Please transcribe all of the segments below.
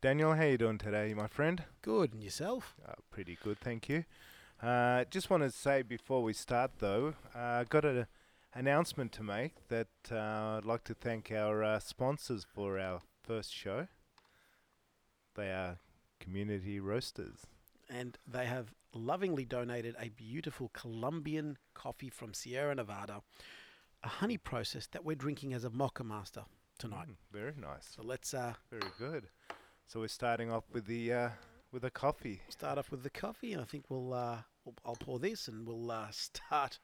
Daniel, how you doing today, my friend? Good, and yourself? Uh, pretty good, thank you. Uh, just want to say before we start, though, uh, got an announcement to make that uh, I'd like to thank our uh, sponsors for our first show. They are Community Roasters. And they have lovingly donated a beautiful Colombian coffee from Sierra Nevada, a honey process that we're drinking as a mocha master tonight. Mm, very nice, So let's uh, very good. So we're starting off with the uh, with a coffee. start off with the coffee, and I think we'll uh, we'll- I'll pour this, and we'll uh, start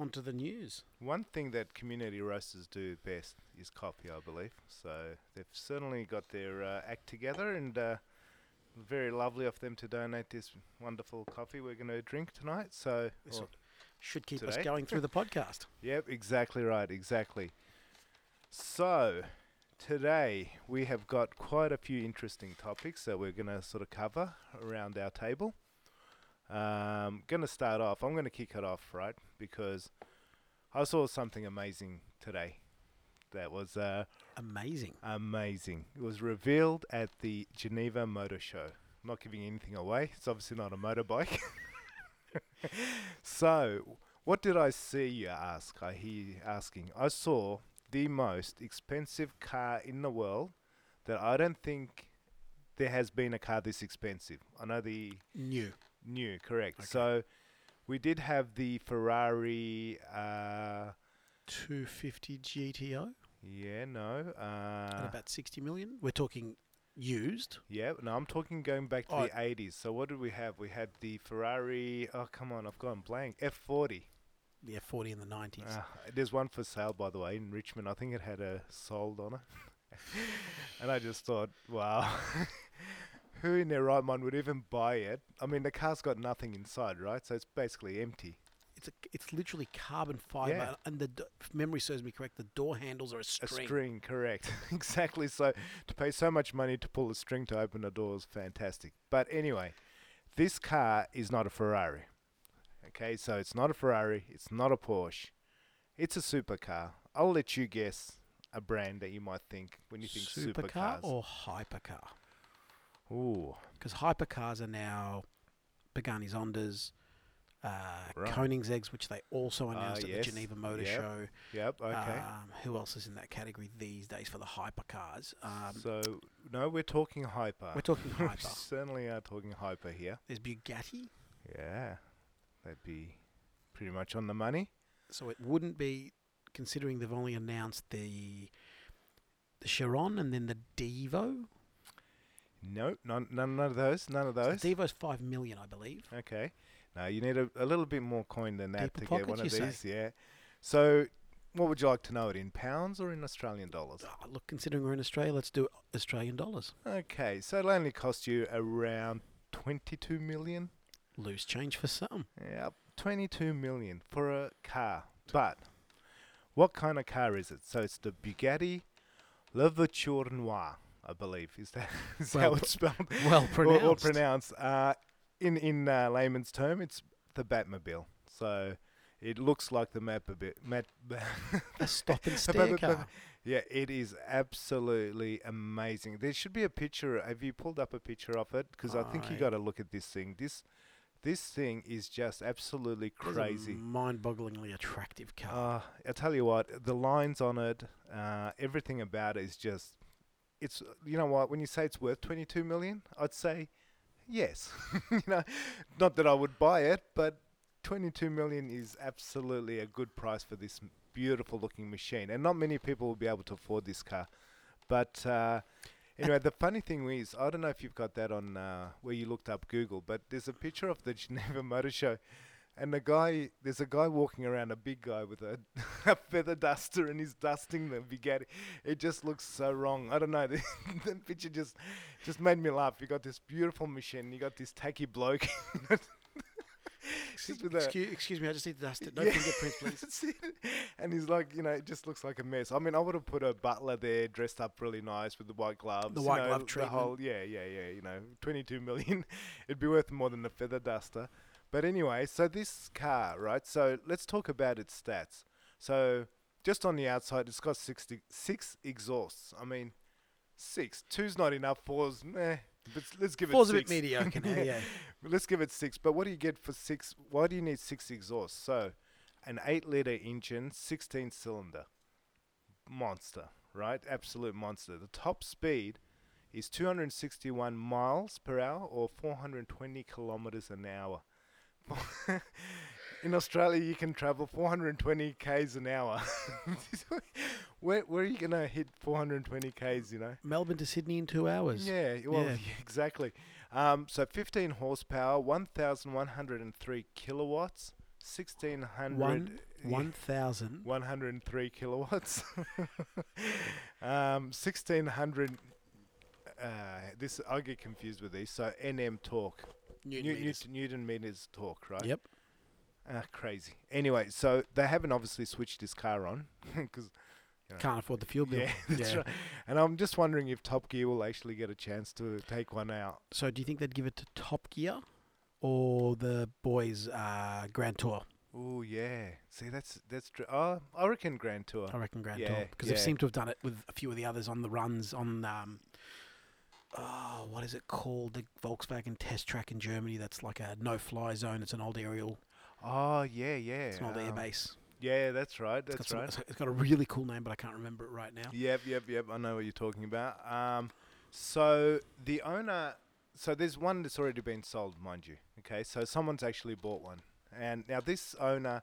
onto the news. One thing that community roasters do best is coffee, I believe. So they've certainly got their uh, act together, and uh, very lovely of them to donate this wonderful coffee we're going to drink tonight. So, This or- will should keep today? us going through the podcast. yep, exactly right, exactly. So today we have got quite a few interesting topics that we're going to sort of cover around our table. Um, going to start off. I'm going to kick it off, right? Because I saw something amazing today. That was uh, Amazing. amazing. It was revealed at the Geneva Motor Show. I'm not giving anything away. It's obviously not a motorbike. so, what did I see? You ask. I hear you asking. I saw the most expensive car in the world. That I don't think there has been a car this expensive. I know the New. New, correct. So we did have the Ferrari. Uh, 250 GTO yeah, no. at Uh, about 60 million. We're talking used. yeah, no. I'm talking going back to Oh. the '80s. So what did we have? We had the Ferrari. Oh, come on, I've gone blank. F40. Yeah, 40 in the 90s. Uh, there's one for sale, by the way, in Richmond. I think it had a sold on it, and I just thought, wow. Who in their right mind would even buy it? I mean, the car's got nothing inside, right? So it's basically empty. It's a, it's literally carbon fiber, Yeah. and the do- if memory serves me correct, the door handles are a A string. string, correct. exactly. So to pay so much money to pull a string to open a door is fantastic. But anyway, this car is not a Ferrari. Okay, so it's not a Ferrari, it's not a Porsche. It's a supercar. I'll let you guess a brand that you might think when you think supercars. Supercar or hypercar? Ooh, Because hypercars are now Pagani Zondas, uh, Right. Koenigsegg's, which they also Ah, announced at yes. the Geneva Motor Yep. Show. yep, okay. Um, who else is in that category these days for the hypercars? Um, so no, we're talking hyper. we're talking We hyper. certainly are talking hyper here. There's Bugatti, Yeah, that'd be pretty much on the money. so it wouldn't be considering they've only announced the the Chiron and then the Devo. Nope, none, none of those. None of So those. the Devo's five million, I believe. Okay. Now you need a, a little bit more coin than that Deeper to get one of pockets, these. you say? Yeah. So, what would you like to know it in pounds or in Australian dollars? Oh, look, considering we're in Australia, let's do Australian dollars. Okay. So it'll only cost you around twenty-two million. Loose change for some. Yep. Twenty-two million for a car. But what kind of car is it? So it's the Bugatti Levateur Noir, I believe. Is that is Well how it's spelled? Well or- pronounced. Or, pronounced. Uh, in in uh, layman's term, it's the Batmobile. So it looks like the Batmobile. Mat- A stop Ba- and ba- stare ba- car. yeah, it is absolutely amazing. There should be a picture. Have you pulled up a picture of it? Because I think you I- got to look at this thing. This this thing is just absolutely It's a crazy. mind-bogglingly attractive car. Uh, I tell you what, the lines on it, uh, everything about it is just. It's you know what when you say it's worth twenty two million, I'd say yes. you know, not that I would buy it, but twenty two million is absolutely a good price for this m- beautiful looking machine, and not many people will be able to afford this car. But uh, anyway, the funny thing is, I don't know if you've got that on uh, where you looked up Google, but there's a picture of the Geneva Motor Show, and the guy, there's a guy walking around, a big guy with a, a feather duster, and he's dusting the Bugatti. It just looks so wrong. I don't know. The, the picture just just made me laugh. You got this beautiful machine, you got this tacky bloke. Ah, Excuse, with a- excuse, excuse me, I just need to dust it. No Yeah. fingerprints, please. That's it. and he's like, you know, it just looks like a mess. I mean, I would have put a butler there, dressed up really nice with the white gloves, you white know, glove The treatment. whole, yeah, yeah, yeah. You know, twenty-two million, it'd be worth more than a feather duster. But anyway, so this car, right? So let's talk about its stats. So just on the outside, it's got 60, six exhausts. I mean, Six. Two's not enough. Four's nah. But s- let's give Four's it a bit six. mediocre now, yeah. Let's give it six. But what do you get for six? Why do you need six exhausts? So, an eight-liter engine, sixteen cylinder, monster, right? Absolute monster. The top speed is 261 miles per hour or 420 kilometers an hour. In Australia, you can travel 420 k's an hour. where, where are you gonna hit 420 k's? You know. Melbourne to Sydney in two hours. Yeah, well, Yeah. exactly. Um, so 15 horsepower, 1,103 kilowatts, eh, 1,600. One, yeah, one thousand. 103 kilowatts. um, 1,600. Uh, this I get confused with these. So NM torque, Newton New- meters. Newton, Newton meters torque, right? Yep. Ah, crazy. Anyway, so they haven't obviously switched this car on because Can't afford the fuel bill. yeah, that's right. And I'm just wondering if Top Gear will actually get a chance to take one out. So do you think they'd give it to Top Gear or the boys' uh, Grand Tour? Oh yeah, see that's that's true. Oh, I reckon Grand Tour. I reckon Grand Yeah, Tour because yeah. they've seemed to have done it with a few of the others on the runs on. Um, oh, what is it called? The Volkswagen test track in Germany. That's like a no-fly zone. It's an old aerial. Oh yeah, yeah. It's an old um, airbase. Yeah, that's right. It's got, That's some, right. it's- it's got a really cool name, but I can't remember it right now. Yep, yep, yep. I know what you're talking about. Um, so the owner, so there's one that's already been sold, mind you. Okay, so someone's actually bought one, and now this owner,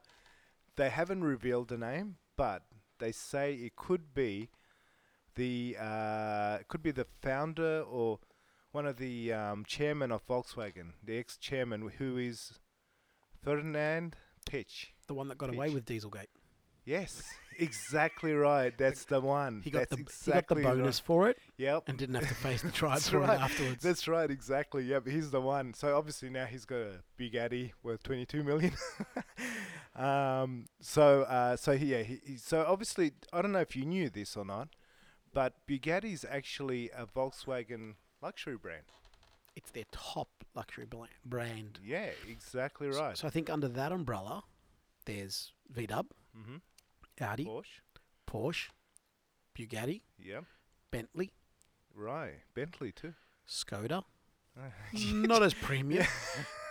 they haven't revealed the name, but they say it could be the uh, it could be the founder or one of the um, chairman of Volkswagen, the ex-chairman who is Ferdinand Pitch. The one that got away Pitch. with Dieselgate. Yes, exactly right. That's the one. He got That's the exactly he got right. the bonus for it Yep. and didn't have to face the tribe That's for right. it afterwards. That's right, exactly. Yeah, but he's the one. So obviously now he's got a big Addy worth 22 million. um, so uh, so he- yeah, he, he- so obviously I don't know if you knew this or not, but Bugatti's actually a Volkswagen luxury brand. it's their top luxury bla- brand. Yeah, exactly So- right. So, I think under that umbrella, there's VW, mm-hmm. Audi, Porsche. Porsche, Bugatti, Yeah. Bentley, Right. Bentley too. Skoda. Not as premium.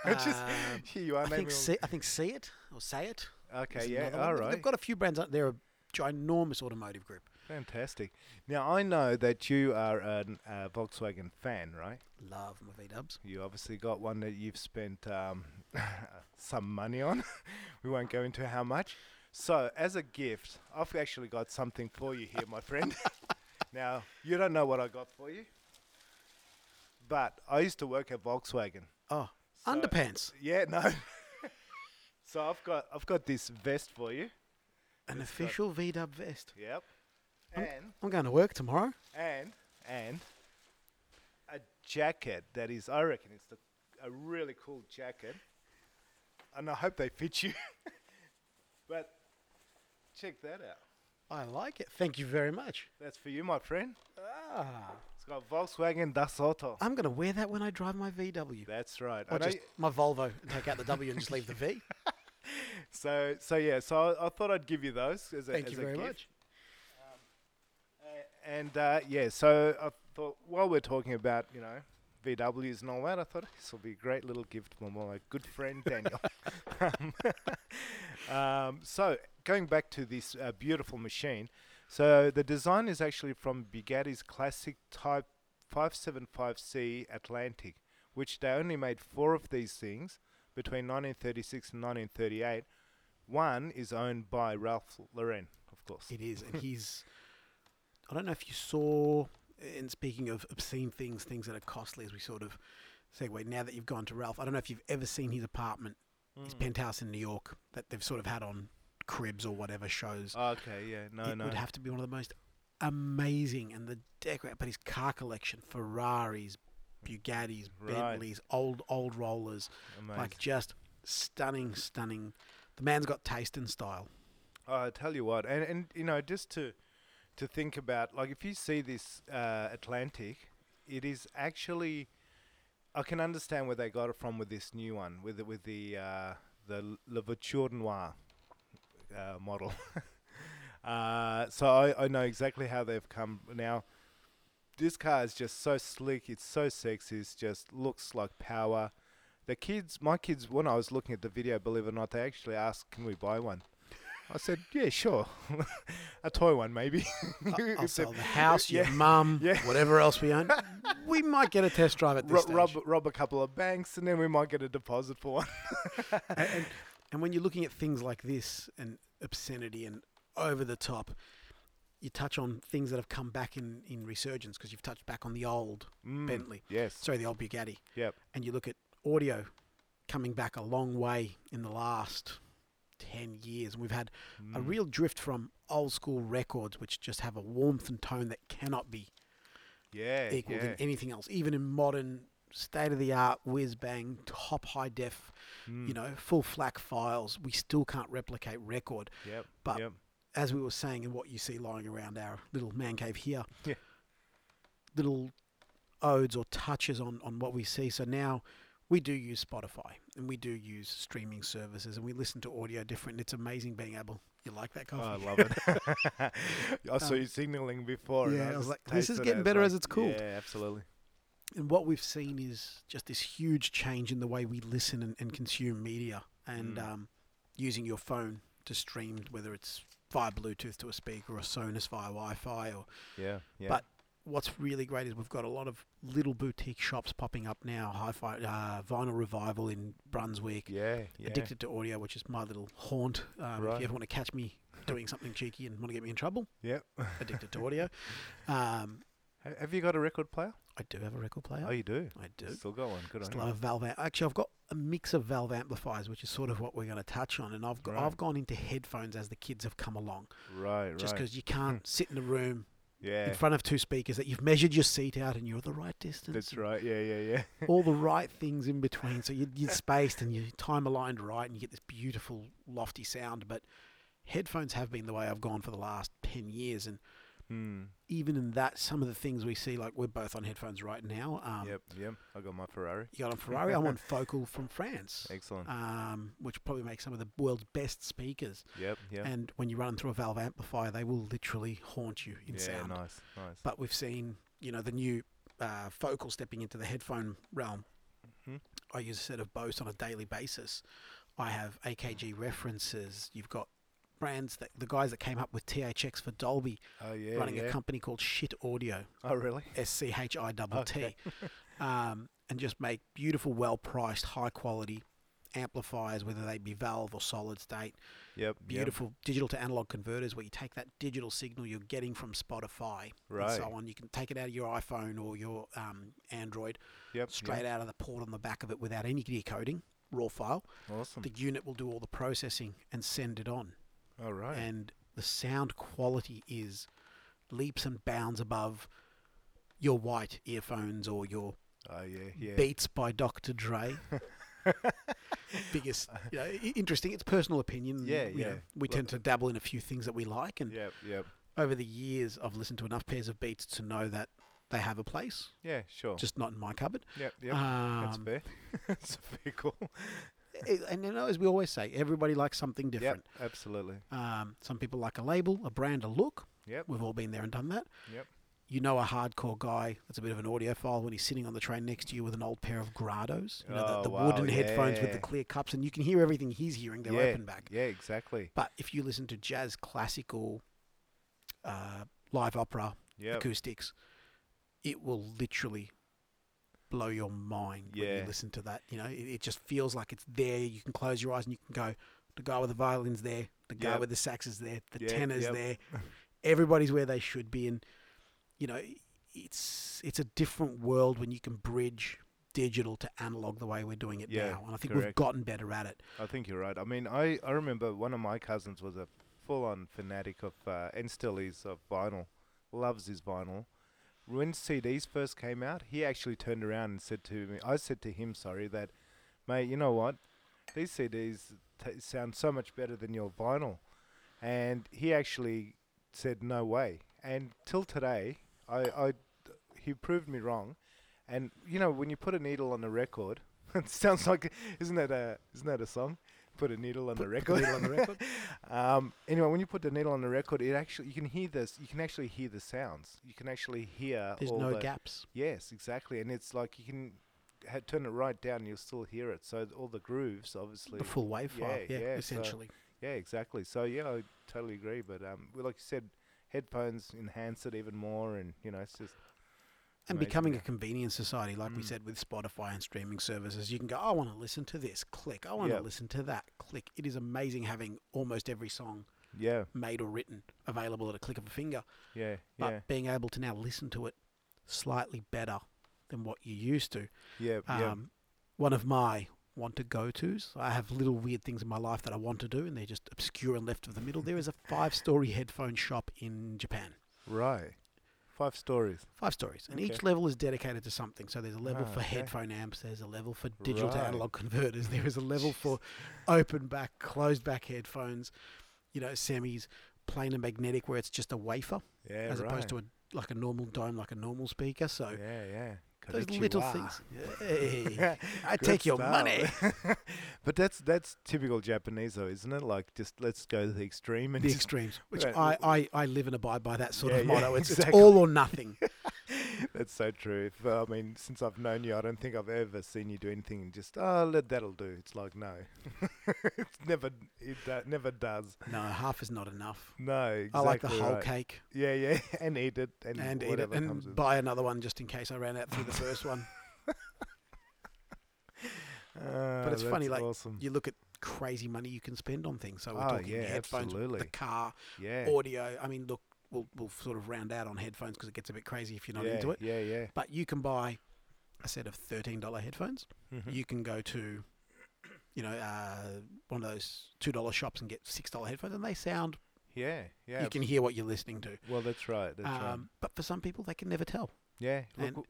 Just- Um, you are I naming think all- see, I think see it or say it. Okay, is yeah. another one. All They- right. They've got a few brands out. They're a ginormous automotive group. Fantastic. Now I know that you are a uh, Volkswagen fan, right? Love my VWs. You obviously got one that you've spent um, some money on. we won't go into how much. So, as a gift, I've actually got something for you here, my friend. now, you don't know what I got for you, but I used to work at Volkswagen. Oh, So- underpants. Yeah, no. so I've got I've got this vest for you. An it's got- official VW vest. Yep. Um, And I'm going to work tomorrow. and and a jacket that is I reckon it's the, a really cool jacket, and I hope they fit you. but check that out. I like it. Thank you very much. That's for you, my friend. Ah, It's got Volkswagen Das Auto. I'm going to wear that when I drive my VW. That's right. I Ah. Or know just you- my Volvo and take out the W and just leave the V. so so yeah. So I, I thought I'd give you those as a, Thank as you a very gift. much. A- And uh, yeah, so I thought while we're talking about you know VWs and all that, I thought this will be a great little gift from my good friend Daniel. um, so going back to this uh, beautiful machine, so the design is actually from Bugatti's classic Type 575C Atlantic, which they only made four of these things between 1936 and 1938. One is owned by Ralph Lauren, of course. It is, and he's. I don't know if you saw. And speaking of obscene things, things that are costly, as we sort of segue now that you've gone to Ralph, I don't know if you've ever seen his apartment, his Hmm. penthouse in New York that they've sort of had on cribs or whatever shows. Oh, Okay, yeah, no, it no. would have to be one of the most amazing and the decorate. But his car collection: Ferraris, Bugattis, Right. Bentleys, old old rollers, Amazing. like just stunning, stunning. The man's got taste and style. I tell you what, and and you know, just to to think about, like, if you see this uh, Atlantic, it is actually. I can understand where they got it from with this new one, with the, with the uh, the Le Voiture Noire uh, model. uh, so I, I know exactly how they've come now. this car is just so slick. It's so sexy. It's just looks like power. The kids, my kids, when I was looking at the video, believe it or not, they actually asked, "Can we buy one?" I said, "Yeah, sure, a toy one maybe." I'll, I'll If they- sell the house, your yeah. mum, Yeah. whatever else we own. we might get a test drive at this Ro- stage. rob, rob a couple of banks, and then we might get a deposit for one. and, and- and when you're looking at things like this and obscenity and over the top, you touch on things that have come back in, in resurgence because you've touched back on the old Mm, Bentley, Yes. sorry, the old Bugatti. Yep. And you look at audio coming back a long way in the last 10 years. And we've had a Mm. real drift from old school records, which just have a warmth and tone that cannot be yeah, equal yeah. than anything else, even in modern state of the art whiz bang, top high def, you Mm, know, full FLAC files. We still can't replicate record. Yep. but- yep. As we were saying, and what you see lying around our little man cave here, Yeah. little odes or touches on, on what we see. So now we do use Spotify and we do use streaming services and we listen to audio different. And it's amazing being able. You like that Oh, I coffee? love it. I saw you signaling before. and yeah, I was just like, this is tasted it, getting I was better like, as it's cooled. Yeah, absolutely. and what we've seen is just this huge change in the way we listen and, and consume media and Mm. um, using your phone to stream whether it's via bluetooth to a speaker or sonos via wi-fi or Yeah, yeah. But- what's really great is we've got a lot of little boutique shops popping up now hi-fi uh, vinyl revival in brunswick yeah, yeah. addicted to audio which is my little haunt um, if Right. you ever want to catch me doing something cheeky and want to get me in trouble Yep. addicted to audio um, Ha- Have you got a record player? i do have a record player Oh, you do. i do Still got one. Good Just on you. love valve. amp- Actually, I've got a mix of valve amplifiers, which is sort of what we're going to touch on. And I've got, Right. I've gone into headphones as the kids have come along, Right, just right. Hmm. because you can't sit in a room Yeah, in front of two speakers that you've measured your seat out and you're the right distance. that's and right. Yeah, yeah, yeah. All the right things in between, so you, you're spaced and your time aligned right, and you get this beautiful lofty sound. But headphones have been the way I've gone for the last ten years, and Hmm. even in that, some of the things we see, like we're both on headphones right now. Um, Yep, yep. I got my Ferrari. You got on Ferrari. I'm on Focal from France. Excellent. um, which probably makes some of the world's best speakers. Yep, yep. And when you run them through a valve amplifier, they will literally haunt you in Yeah, sound. nice, nice. But we've seen, you know, the new uh, Focal stepping into the headphone realm. Mhm. I use a set of Bose on a daily basis. I have AKG references. You've got brands that the guys that came up with THX for Dolby oh yeah, running yeah. a company called Shit Audio. oh really? S C H I double T, Okay. um, and just make beautiful, well priced, high quality amplifiers, whether they be valve or solid state. Yep. Yep. Beautiful digital to analog converters where you take that digital signal you're getting from Spotify Right. and so on. You can take it out of your iPhone or your um, Android Yep. straight out of the port on the back of it without any decoding. Raw file, Yep. Awesome. the unit will do all the processing and send it on. All right. And the sound quality is leaps and bounds above your white earphones or your oh yeah, yeah. Beats by Dr. Dre. Biggest, you know, i- interesting. It's personal opinion. Yeah, you know, yeah. we Lo- tend to dabble in a few things that we like, and Yep, yep. over the years, I've listened to enough pairs of beats to know that they have a place, Yeah, sure. just not in my cupboard. yep, yep. Um, That's fair. That's a fair call. i- And you know, as we always say, everybody likes something Yep, different. absolutely. Um, some people like a label, a brand, a look. Yep. We've all been there and done that. Yep. You know a hardcore guy that's a bit of an audiophile when he's sitting on the train next to you with an old pair of Grados, you know, the, Oh, the wow, wooden headphones with the yeah. clear cups, and you can hear everything he's hearing. They're yeah, open back. Yeah, exactly. But if you listen to jazz, classical, uh, live opera, Yep. acoustics, it will literally blow your mind when you Yeah. listen to that. You know, it, it just feels like it's there. You can close your eyes and you can go, the guy with the violin's there, the guy Yep. with the sax is there, the Yep, tenor's yep. there. Everybody's where they should be. And, you know, it's it's a different world when you can bridge digital to analog the way we're doing it Yeah, now. And I think we've correct. gotten better at it. I think you're right. I mean, I, I remember one of my cousins was a full on fanatic of, uh, and still is, of vinyl. Loves his vinyl. When CDs first came out, he actually turned around and said to me, I said to him, sorry, that, mate, you know what? These CDs t- sound so much better than your vinyl. And he actually said, no way. And till today, I, I, he proved me wrong. And you know, when you put a needle on a record, it sounds like isn't that a isn't that a song? put a needle on the Put the record. needle on the record. Um, anyway, when you put the needle on the record, it actually you can hear this. You can actually hear the sounds. You can actually hear. There's all no the, gaps. Yes, exactly, and it's like you can ha- turn it right down. You'll still hear it. So th- all the grooves, obviously. The full wave file. yeah, Yeah, yeah, so- essentially. Yeah, exactly. So yeah, I totally agree. But um, well, like you said, headphones enhance it even more, and you know, it's just and amazing, becoming a yeah. convenience society, like we Mm. said with Spotify and streaming services, you can go, I want to listen to this, click. I want to Yep. listen to that, click. It is amazing having almost every song yeah, made or written available at a click of a finger, yeah, but yeah, being able to now listen to it slightly better than what you used to. yeah, Um, yeah. One of my want to go tos, I have little weird things in my life that I want to do, and they're just obscure and left of the middle. There is a five story headphone shop in Japan. Right, five stories. Five stories, and each Okay. level is dedicated to something. So there's a level Ah, for okay. headphone amps, there's a level for digital to Right. analog converters, there is a level for open back, closed back headphones, you know, semis, plain and magnetic, where it's just a wafer Yeah, as right. opposed to a like a normal dome, like a normal speaker. So yeah, yeah. those little Konnichiwa. things. Hey, I Good take your stuff. money. but that's that's typical Japanese, though, isn't it? Like, just let's go to the extreme and The just- extremes, which Right, I, I, I live and abide by that sort Yeah, of yeah, motto. It's, exactly. it's all or nothing. that's so true. If, I mean, since I've known you, I don't think I've ever seen you do anything and just oh, let that'll do. It's like no, it's never it do- never does. No, half is not enough. No, exactly. I like the whole right. cake Yeah, yeah, and eat it and, and eat it whatever comes and with buy another one just in case I ran out through the first one. but it's funny, like, Ah, awesome. you look at crazy money you can spend on things. So we're Oh, talking yeah, headphones, absolutely. the car, yeah, audio. I mean, look, we'll, we'll sort of round out on headphones because it gets a bit crazy if you're not yeah, into it. yeah, yeah, But you can buy a set of thirteen dollar headphones. Mhm. You can go to, you know, uh, one of those two dollar shops and get six dollar headphones, and they sound. yeah, yeah. you can hear what you're listening to. well, that's right. That's right. Um, but for some people, they can never tell. Yeah, look, And- w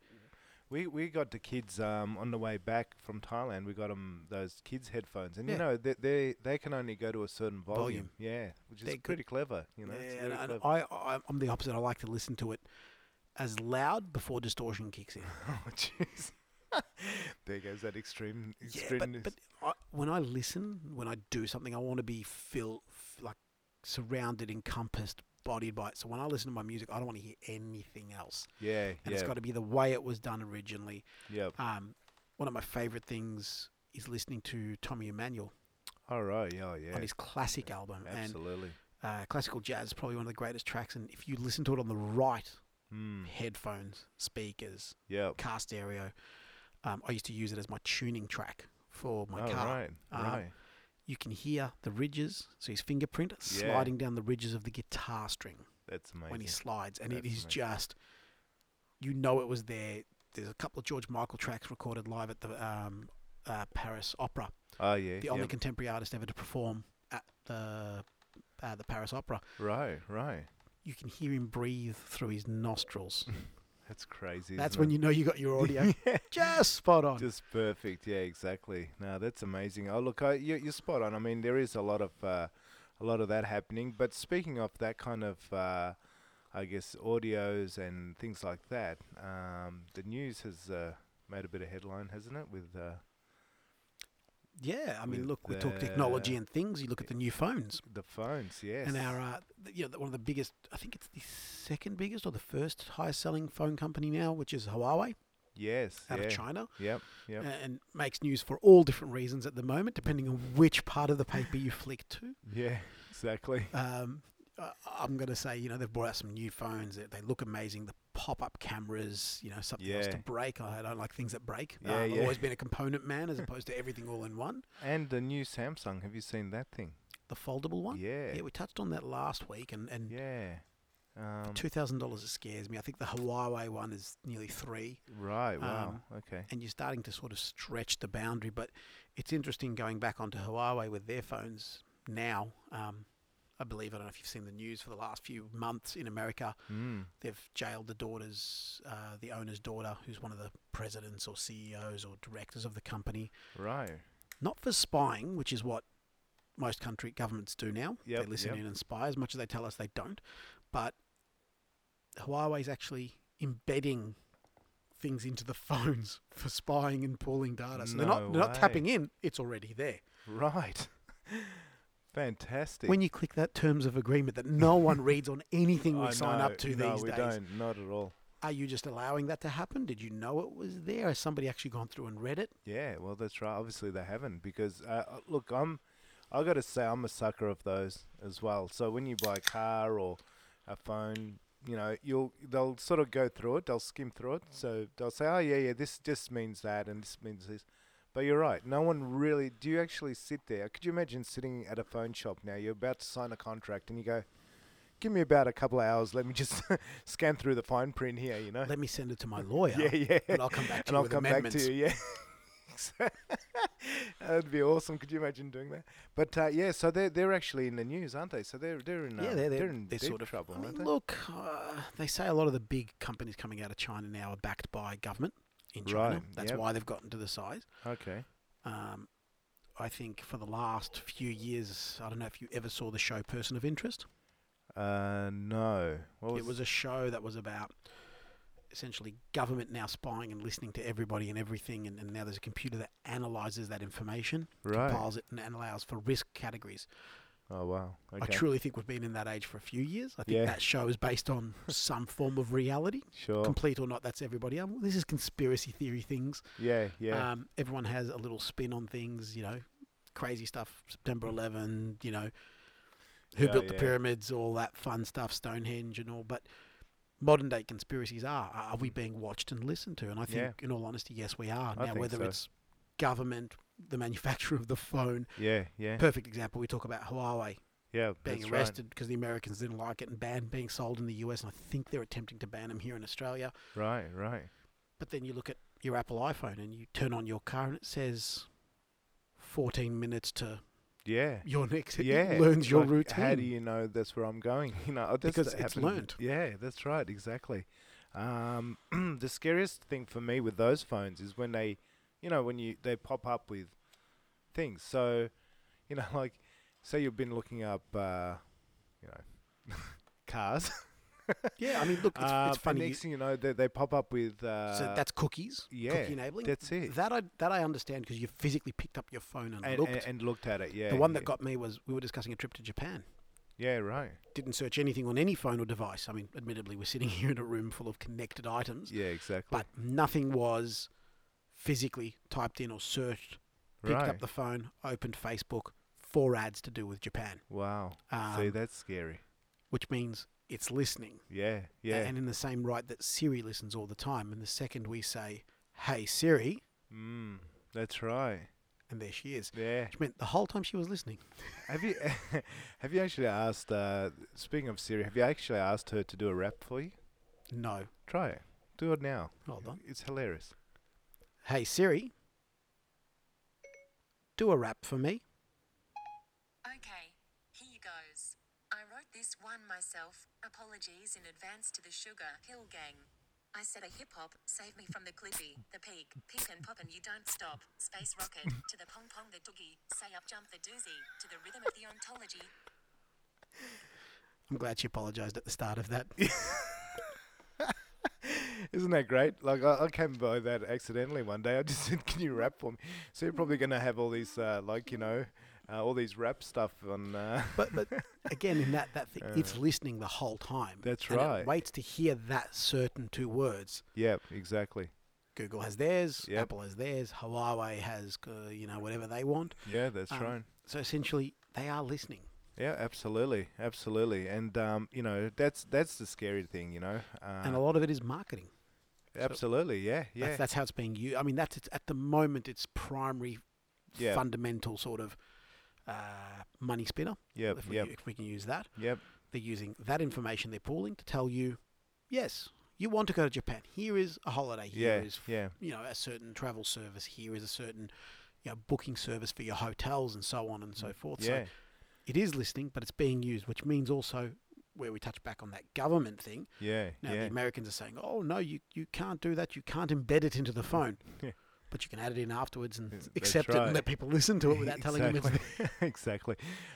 we we got the kids um, on the way back from Thailand. We got them those kids headphones, and you Yeah. know they, they they can only go to a certain volume. Volume. Yeah, which is They're good. pretty clever. You know, it's Yeah, very and- and clever. I, I, I'm the opposite. I like to listen to it as loud before distortion kicks in. oh jeez, there goes that extreme Yeah, but, extremeness. but I, when I listen, when I do something, I want to be feel f- like surrounded, encompassed, bodied by it. So when I listen to my music, I don't want to hear anything else, yeah, and it's yeah, got to be the way it was done originally. yeah. Um, one of my favorite things is listening to Tommy Emmanuel All right, yeah, yeah, on his classic album, absolutely. and uh, classical jazz is probably one of the greatest tracks. And if you listen to it on the right Mm, headphones, speakers, yeah. car stereo, um, I used to use it as my tuning track for my oh, car. right, Um, right. you can hear the ridges, so his fingerprint Yeah. sliding down the ridges of the guitar string That's amazing. when he slides, and it That's is amazing. just you know it was there. There's a couple of George Michael tracks recorded live at the um, uh, Paris Opera, oh yeah, the only yep. contemporary artist ever to perform at the uh, the Paris Opera. right, right. You can hear him breathe through his nostrils. That's crazy. That's isn't when you know you got your it? audio yeah. just spot on. Just perfect. Yeah, exactly. No, that's amazing. Oh, look, I, you, you're spot on. I mean, there is a lot of uh, a lot of that happening. But speaking of that kind of, uh, I guess, audios and things like that, um, the news has uh, made a bit of headline, hasn't it? With uh, yeah, I mean, with look, we talk the- technology and things. You look at the new phones. the phones, yes. and our uh, th- you know one of the biggest i think it's the second biggest or the first highest selling phone company now which is huawei yes, out yeah. of china Yep, yep. a- and makes news for all different reasons at the moment depending on which part of the paper you flick to yeah, exactly. um, I- i'm going to say you know they've brought out some new phones that they look amazing the pop-up cameras you know something else to Yeah. break i don't like things that break Yeah, um, yeah. i've always been a component man as opposed to everything all in one And the new Samsung. Have you seen that thing? the foldable one Yeah, we touched on that last week and, and yeah. Um, Two thousand dollars it scares me. I think the Huawei one is nearly three, Um, right. Wow. okay. and you're starting to sort of stretch the boundary. But it's interesting going back onto Huawei with their phones now. Um, I believe I don't know if you've seen the news for the last few months in America. Mm. They've jailed the daughter's, uh, the owner's daughter, who's one of the presidents or CEOs or directors of the company, Right. not for spying, which is what most country governments do now. Yep, they listen yep. in and spy as much as they tell us they don't. But Huawei's actually embedding things into the phones for spying and pulling data. So they're No not they're not way. tapping in, it's already there. Right. Fantastic. When you click that terms of agreement that no one reads on anything we I sign know, up to no, these we days, don't. Not at all. are you just allowing that to happen? Did you know it was there? Has somebody actually gone through and read it? Yeah, well, that's right. Obviously, they haven't because uh, uh, look, I'm, I got to say, I'm a sucker of those as well. So when you buy a car or a phone, you know, you'll they'll sort of go through it. They'll skim through it. So they'll say, oh yeah, yeah, this just means that and this means this. But you're right. No one really. Do you actually sit there? Could you imagine sitting at a phone shop now? You're about to sign a contract and you go, give me about a couple of hours. Let me just scan through the fine print here. You know. Let me send it to my lawyer. Yeah, yeah. And I'll come back and to you I'll with come amendments. back to you. Yeah, that'd be awesome. Could you imagine doing that? But uh, yeah, so they're they're actually in the news, aren't they? So they're they're in um, yeah, they're, they're, in they're deep sort of trouble, I mean, aren't they? look, uh, they say a lot of the big companies coming out of China now are backed by government in China. Right, That's yep. why they've gotten to the size. Okay. Um, I think for the last few years, I don't know if you ever saw the show Person of Interest. Uh, no. What was it was a show that was about essentially government now spying and listening to everybody and everything, and, and now there's a computer that analyzes that information, right. compiles it, and, and allows for risk categories. Oh wow. Okay. I truly think we've been in that age for a few years. I think Yeah. that show is based on some form of reality, sure. complete or not. That's everybody. Um, this is conspiracy theory things. yeah. Yeah. Um, everyone has a little spin on things, you know, crazy stuff. September 11, you know, who Mm. Yeah, built the yeah. pyramids, all that fun stuff, Stonehenge and all. But modern day conspiracies are are we being watched and listened to? And I think, Mm. Yeah. in all honesty, yes, we are. I now, think whether so. it's government, the manufacturer of the phone, yeah. Yeah. perfect example. We talk about Huawei Yeah. being that's arrested because the Americans didn't like it and banned being sold in the US. And I think they're attempting to ban them here in Australia. Right. Right. Right. But then you look at your Apple iPhone and you turn on your car and it says 14 minutes to Yeah. your next. Yeah. It learns your like, routine. How do you know that's where I'm going? You know, oh, that's Because that it's happened- learned. Yeah, that's right. Exactly. Um, the scariest thing for me with those phones is when they, you know, when you they pop up with things. So, you know, like, say you've been looking up, uh, you know, cars. yeah, I mean, look, it's, Um, it's funny. And you- next thing you know, they, they pop up with. Uh, so that's cookies, yeah, cookie enabling. that's it. That I that I understand because you physically picked up your phone and, and, looked. and, and looked at it. Yeah. the one yeah. that got me was we were discussing a trip to Japan. Yeah. Right. Didn't search anything on any phone or device. I mean, admittedly, we're sitting here in a room full of connected items. Yeah. Exactly. but nothing was physically typed in or searched. Picked right. up the phone, opened Facebook, four ads to do with Japan, wow. See, um, that's scary. which means it's listening. Yeah. A- Yeah. And in the same right that Siri listens all the time. And the second we say, hey, Siri, Mm, that's right. and there she is, Yeah. which meant the whole time she was listening. Have you have you actually asked? Uh, speaking of Siri, have you actually asked her to do a rap for you? No, Try it. Do it now. hold on. It's hilarious. Hey, Siri, do a rap for me. Okay, here goes. I wrote this one myself. Apologies in advance to the Sugar Hill Gang. I said a hip hop, save me from the clippy, the peak, peak and pop and you don't stop. Space rocket, to the pong pong the doogie, say up jump the doozy, to the rhythm of the ontology. I'm glad she apologized at the start of that. Isn't that great? Like I, I came by that accidentally one day. I just said, "Can you rap for me?" So you're probably going to have all these, uh, like you know, uh, all these rap stuff on. Uh, but but again, in that that thing, it's listening the whole time. That's and right. It waits to hear that certain two words. yeah, exactly. Google has theirs. Yep. Apple has theirs. Huawei has uh, you know whatever they want. Yeah, that's Um, right. So essentially, they are listening. Yeah, absolutely, absolutely. And um, you know, that's that's the scary thing. You know, uh, and a lot of it is marketing. absolutely. Yeah, yeah. That's, that's how it's being used. I mean, that's it's, at the moment its primary, Yeah. fundamental sort of uh, money spinner. Yep, if, we, yep. if we can use that, Yep. they're using that information they're pooling to tell you, yes, you want to go to Japan. Here is a holiday. Here Yeah. is Yeah. you know a certain travel service. Here is a certain you know booking service for your hotels and so on and so forth. So Mm. Yeah. it is listening, but it's being used, which means also where we touch back on that government thing. Yeah. Now the yeah. Americans are saying, "Oh no, you you can't do that. You can't embed it into the phone, Yeah. but you can add it in afterwards and That's accept it right. and let people listen to it without telling them." It's, exactly. exactly.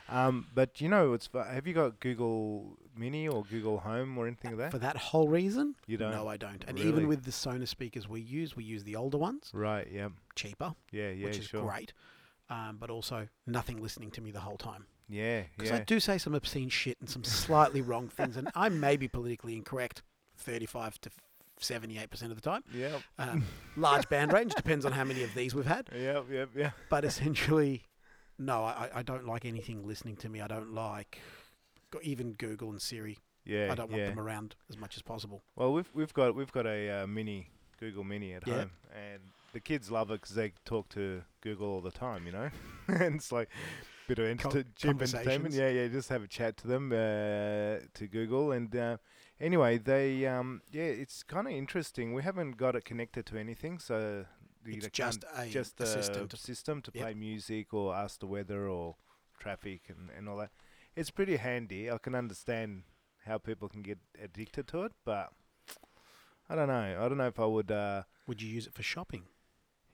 Um, but you know, it's fu- have you got Google Mini or Google Home or anything like for that? that whole reason, You No, don't? I don't. And Really? even with the Sonos speakers we use, we use the older ones, Right. Yeah. cheaper, Yeah. Yeah. which is sure. great. um, but also nothing listening to me the whole time. Yeah, Because yeah. I do say some obscene shit and some slightly wrong things, and I may be politically incorrect 35 to 78% of the time. Yep. Um, large band range, depends on how many of these we've had. Yep, yep, yeah. But essentially, no, I, I- I don't like anything listening to me. I don't like go- even Google and Siri. Yeah. I don't want yeah. them around as much as possible. Well, we've we've got we've got a uh, mini Google Mini at Yeah. home, and the kids love it because they talk to Google all the time, you know. and it's like bit of Co- enter- cheap entertainment. conversations. Yeah, yeah. Just have a chat to them uh, to Google, and uh, anyway, they um, yeah, it's kind of interesting. We haven't got it connected to anything, so you It's know, just can't- a just assistant. a system to Yep. play music or ask the weather or traffic and, and all that. It's pretty handy. I can understand how people can get addicted to it, but I don't know. I don't know if I would. Uh, Would you use it for shopping?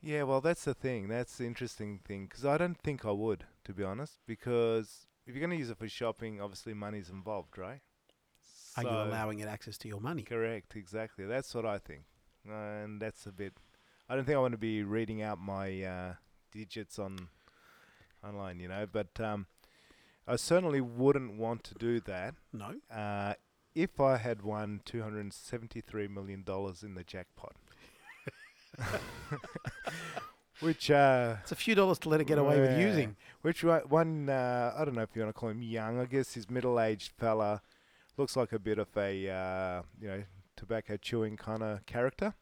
yeah, well, that's the thing. That's the interesting thing because I don't think I would, to be honest. Because if you're going to use it for shopping, obviously money's involved, right? Are you So- allowing it access to your money? Correct, exactly. That's what I think, and that's a bit. I don't think I want to be reading out my uh, digits on online, you know. But um, I certainly wouldn't want to do that No. uh, if I had won two hundred and seventy-three million dollars in the jackpot, which uh, It's a few dollars to let it get away with yeah. using. Which one- one? Uh, I don't know if you want to call him young. I guess his middle-aged fella looks like a bit of a uh, you know tobacco chewing kind of character.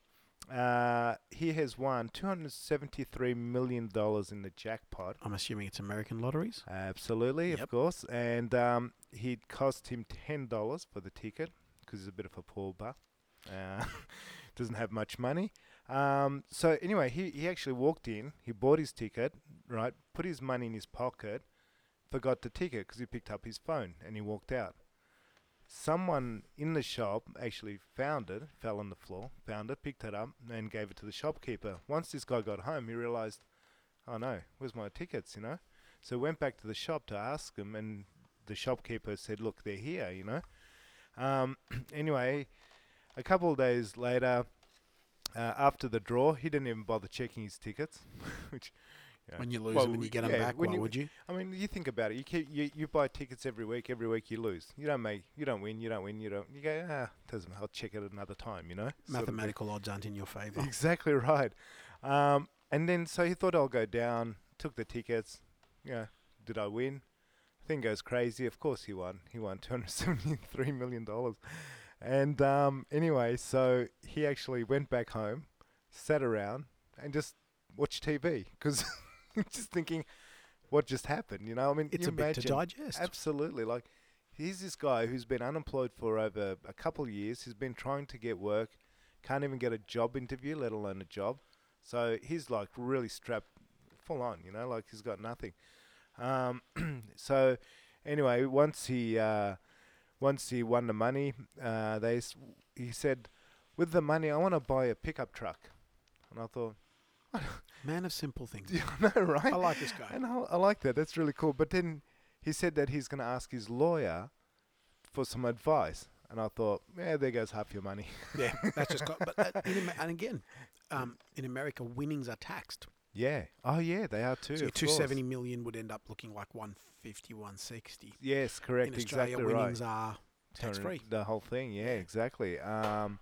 Uh, he has won two hundred seventy-three million dollars in the jackpot. I'm assuming it's American lotteries. Absolutely, of Yep. course. And um, he'd cost him ten dollars for the ticket because he's a bit of a poor buck. Uh, doesn't have much money. Um, so anyway, he, he actually walked in. He bought his ticket, right? Put his money in his pocket, forgot the ticket because he picked up his phone and he walked out. Someone in the shop actually found it, fell on the floor, found it, picked it up, and gave it to the shopkeeper. Once this guy got home, he realized, oh no, where's my tickets, you know? So went back to the shop to ask them, and the shopkeeper said, "Look, they're here," you know. Um, anyway, a couple of days later, uh, after the draw, he didn't even bother checking his tickets, which. know, When you lose why them and would- you get them yeah, back, when why would you? I mean, you think about it. You keep you, you buy tickets every week. Every week you lose. You don't make. You don't win. You don't win. You don't. You go. Ah, doesn't. matter, I'll check it another time. You know. sort of thing. Mathematical odds aren't in your favour. Exactly right. Um, and then so he thought I'll go down, took the tickets. Yeah, did I win? Thing goes crazy. Of course he won. He won two hundred seventy-three million dollars. And um, anyway, so he actually went back home, sat around, and just watched TV because just thinking, what just happened? You know, I mean, It's you a bit to imagine- digest. Absolutely. Like, here's this guy who's been unemployed for over a couple of years. He's been trying to get work, can't even get a job interview, let alone a job. So he's like really strapped full on, you know, like he's got nothing. Um, so anyway, once he uh, once he won the money, uh, they s- he said, "With the money, I want to buy a pickup truck." And I thought, Man of simple things. you know, right? I like this guy. And I, I like that. That's really cool. But then he said that he's going to ask his lawyer for some advice. And I thought, yeah, there goes half your money. yeah, that's just. Got, but that, in, Ama- and again, um, in America, winnings are taxed. Yeah. Oh, yeah, they are too. So your of course. 270 million would end up looking like 150, 160. Yes, correct. in Australia, exactly right. winnings are tax Tony- free. The whole thing, yeah, exactly. Um,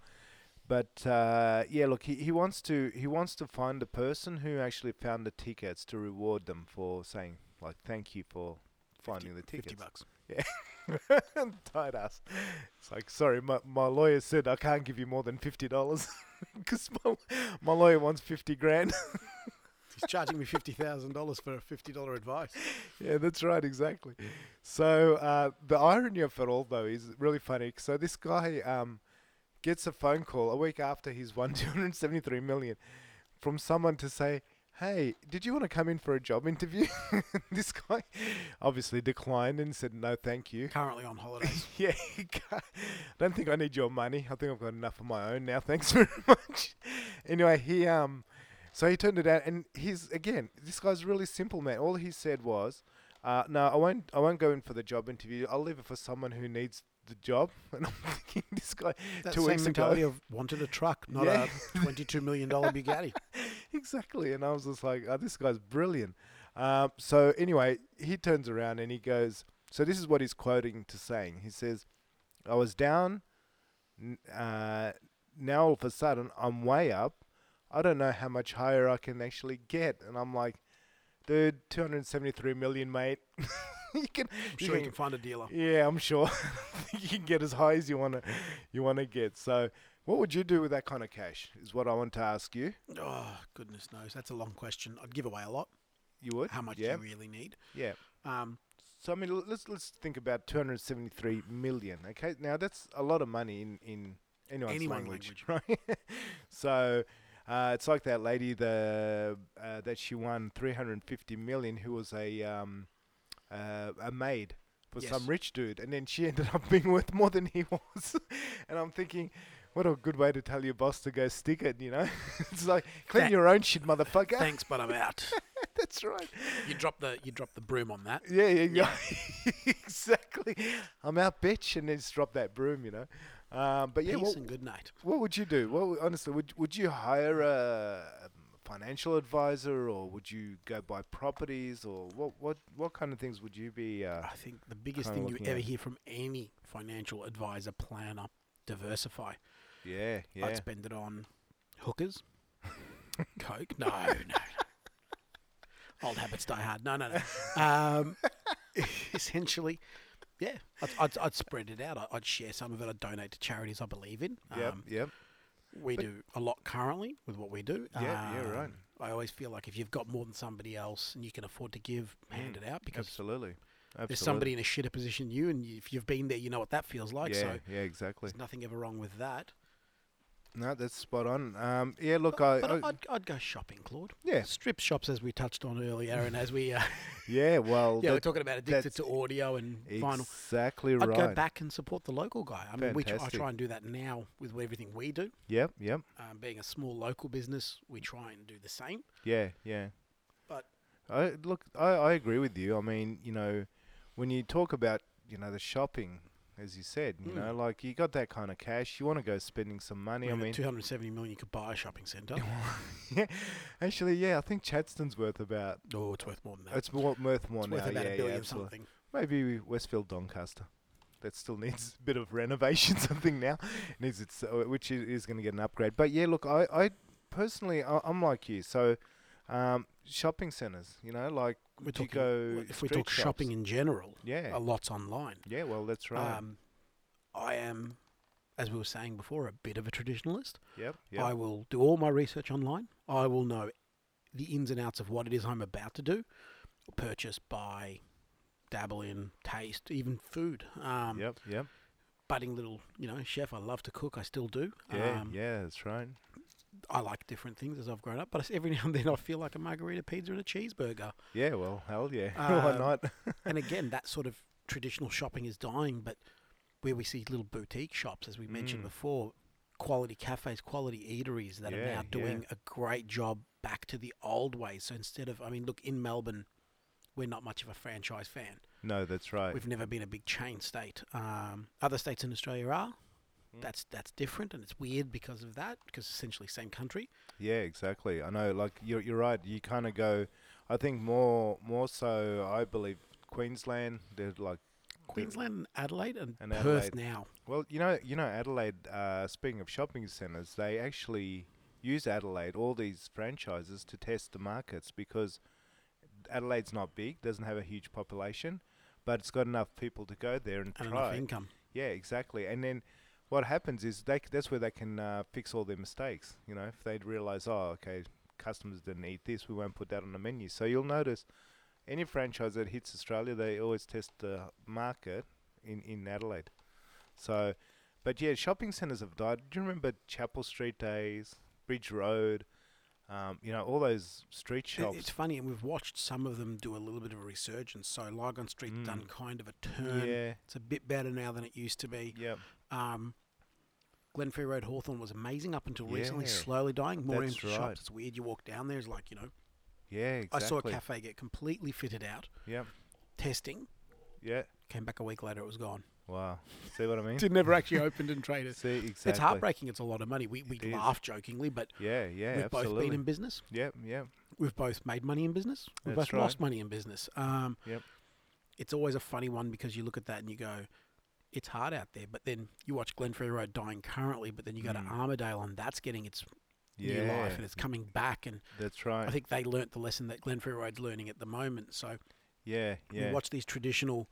but uh, yeah, look, he, he wants to he wants to find the person who actually found the tickets to reward them for saying like thank you for finding the Fifty tickets. bucks. Tight ass. It's like, sorry, my, my lawyer said I can't give you more than fifty dollars because my, my lawyer wants fifty grand. He's charging me fifty thousand dollars for a fifty dollar advice. yeah, that's right, exactly. So uh, the irony of it all, though, is really funny. So this guy um, gets a phone call a week after he's won 273 million from someone to say, "Hey, did you want to come in for a job interview?" this guy obviously declined and said, "No, thank you." Currently on holidays. Yeah, I don't think I need your money. I think I've got enough of my own now. Thanks very much. Anyway, he um, so he turned it out, and he's again, this guy's really simple, man. All he said was, uh, "No, I won't. I won't go in for the job interview. I'll leave it for someone who needs the job." And I'm thinking, this guy, That two same weeks mentality ago, of wanted a truck, not Yeah. a twenty-two million dollar Bugatti. exactly. And I was just like, oh, "This guy's brilliant." Uh, so anyway, he turns around and he goes. So this is what he's quoting to saying. He says, "I was down. n- Uh, now all of a sudden, I'm way up. I don't know how much higher I can actually get." And I'm like, "Dude, 273 million, mate. you can, I'm sure you can find a dealer. yeah, I'm sure. you can get as high as you want to you want to get. So, what would you do with that kind of cash? Is what I want to ask you. Oh, goodness knows. That's a long question. I'd give away a lot. You would? How much Yeah. you really need. yeah. Um, So I mean, l- let's let's think about 273 million. Okay, now that's a lot of money in in anyone's Anyone language, right? so. Uh, it's like that lady the uh, that she won 350 million who was a um, uh, a maid for some Yes. rich dude and then she ended up being worth more than he was and I'm thinking what a good way to tell your boss to go stick it you know it's like clean Tha- your own shit motherfucker thanks, but I'm out. that's right You drop the you drop the broom on that. yeah, yeah, yeah. exactly. I'm out, bitch, and then just drop that broom, you know. Um, but yeah, Peace what, and good night. what would you do? What w- honestly would would you hire a financial advisor, or would you go buy properties, or what what what kind of things would you be? Uh, I think the biggest Kinda thing you looking ever at- hear from any financial advisor, planner, diversify. yeah, yeah. I'd spend it on hookers, coke. No, no. no. Old habits die hard. No, no, no. Um, essentially, yeah, I'd, I'd, I'd spread it out. I- I'd share some of it. I'd donate to charities I believe in. Yep, Um, yep. we do a lot currently with what we do. Yeah, yeah, right. Um, I always feel like if you've got more than somebody else and you can afford to give, Mm, hand it out because Absolutely. Absolutely. there's somebody in a shitter position than you, and if you've been there, you know what that feels like. Yeah, So yeah, exactly. there's nothing ever wrong with that. No, that's spot on. Um, yeah, look, I, But I I'd, I'd go shopping, Claude. Yeah. Strip shops, as we touched on earlier, and as we, uh, yeah, well, yeah, we're that- talking about addicted that's to audio and vinyl. exactly I'd right. go back and support the local guy. I mean, we tr- I Fantastic. try and do that now with everything we do. Yep, yep. Um, being a small local business, we try and do the same. Yeah, yeah. But I look, I, I agree with you. I mean, you know, when you talk about you know the shopping, as you said, Hmm. you know, like you got that kind of cash, you want to go spending some money. I mean, 270 million, you could buy a shopping centre. yeah, actually, yeah, I think Chadston's worth about oh, it's worth more than that. it's more, worth more It's now. worth about yeah, a billion yeah, absolutely. something. Maybe Westfield Doncaster. That still needs a bit of renovation, something now needs its, uh, which i- is going to get an upgrade. But yeah, look, I, I personally, I, I'm like you. So, um, shopping centres, you know, like We're do you talking, go if we street talk shopping shops? in general, Yeah. a lot's online. Yeah, well, that's right. Um, I am, as we were saying before, a bit of a traditionalist. yep, yep. I will do all my research online. I will know the ins and outs of what it is I'm about to do, purchase, buy, dabble in, taste, even food. Um, yep, yep. Budding little, you know, chef. I love to cook. I still do. Yeah, um, yeah, that's right. I like different things as I've grown up, but it's- every now and then I feel like a margarita pizza and a cheeseburger. Yeah, well, hell yeah. Why um, not? and again, that sort of traditional shopping is dying, but where we see little boutique shops, as we mentioned Mm. before, quality cafes, quality eateries that are Yeah, now yeah. doing a great job back to the old ways. So instead of, I mean, look, in Melbourne, we're not much of a franchise fan. No, that's right. We've never been a big chain state. Um, other states in Australia are. Mm. That's that's different, and it's weird because of that, because essentially same country. Yeah, exactly. I know. Like you're, you're right. You kind of go. I think more, more so. I believe Queensland. They're like the- Queensland, Adelaide, and, And Perth Adelaide. now. Well, you know, you know, Adelaide. Uh, speaking of shopping centres, they actually use Adelaide, all these franchises, to test the markets because Adelaide's not big, doesn't have a huge population, but it's got enough people to go there and, And try. enough income. Yeah, exactly. And then what happens is they, c- that's where they can uh, fix all their mistakes. You know, if they realise, oh, okay, customers didn't eat this, we won't put that on the menu. So you'll notice any franchise that hits Australia, they always test the market in, in Adelaide. So, but yeah, shopping centres have died. Do you remember Chapel Street days, Bridge Road? Um, you know, all those street It- shops. It's funny, and we've watched some of them do a little bit of a resurgence. So Lygon Street's done kind of a turn. Mm. Yeah. It's a bit better now than it used to be. Yep. Um, Glenfair Road Hawthorn was amazing up until recently, Yeah. slowly dying, more That's empty right. shops. It's weird. You walk down there, it's like, you know, Yeah, exactly. I saw a cafe get completely fitted out, Yep. testing, Yeah. came back a week later, it was gone. Wow. See what I mean? It never actually opened and traded. See, exactly. It's heartbreaking. It's a lot of money. We, we is. laugh jokingly, but Yeah, yeah, we've both absolutely. been in business. Yep, yep. we've both made money in business. We've That's both right. lost money in business. Um, Yep. It's always a funny one because you look at that and you go, it's hard out there. But then you watch Glenferrie Road dying currently, but then you go to Mm. Armadale and that's getting its Yeah, new life and it's coming back. And that's right. I think they learnt the lesson that Glenferrie Road's learning at the moment. So yeah, yeah, you watch these traditional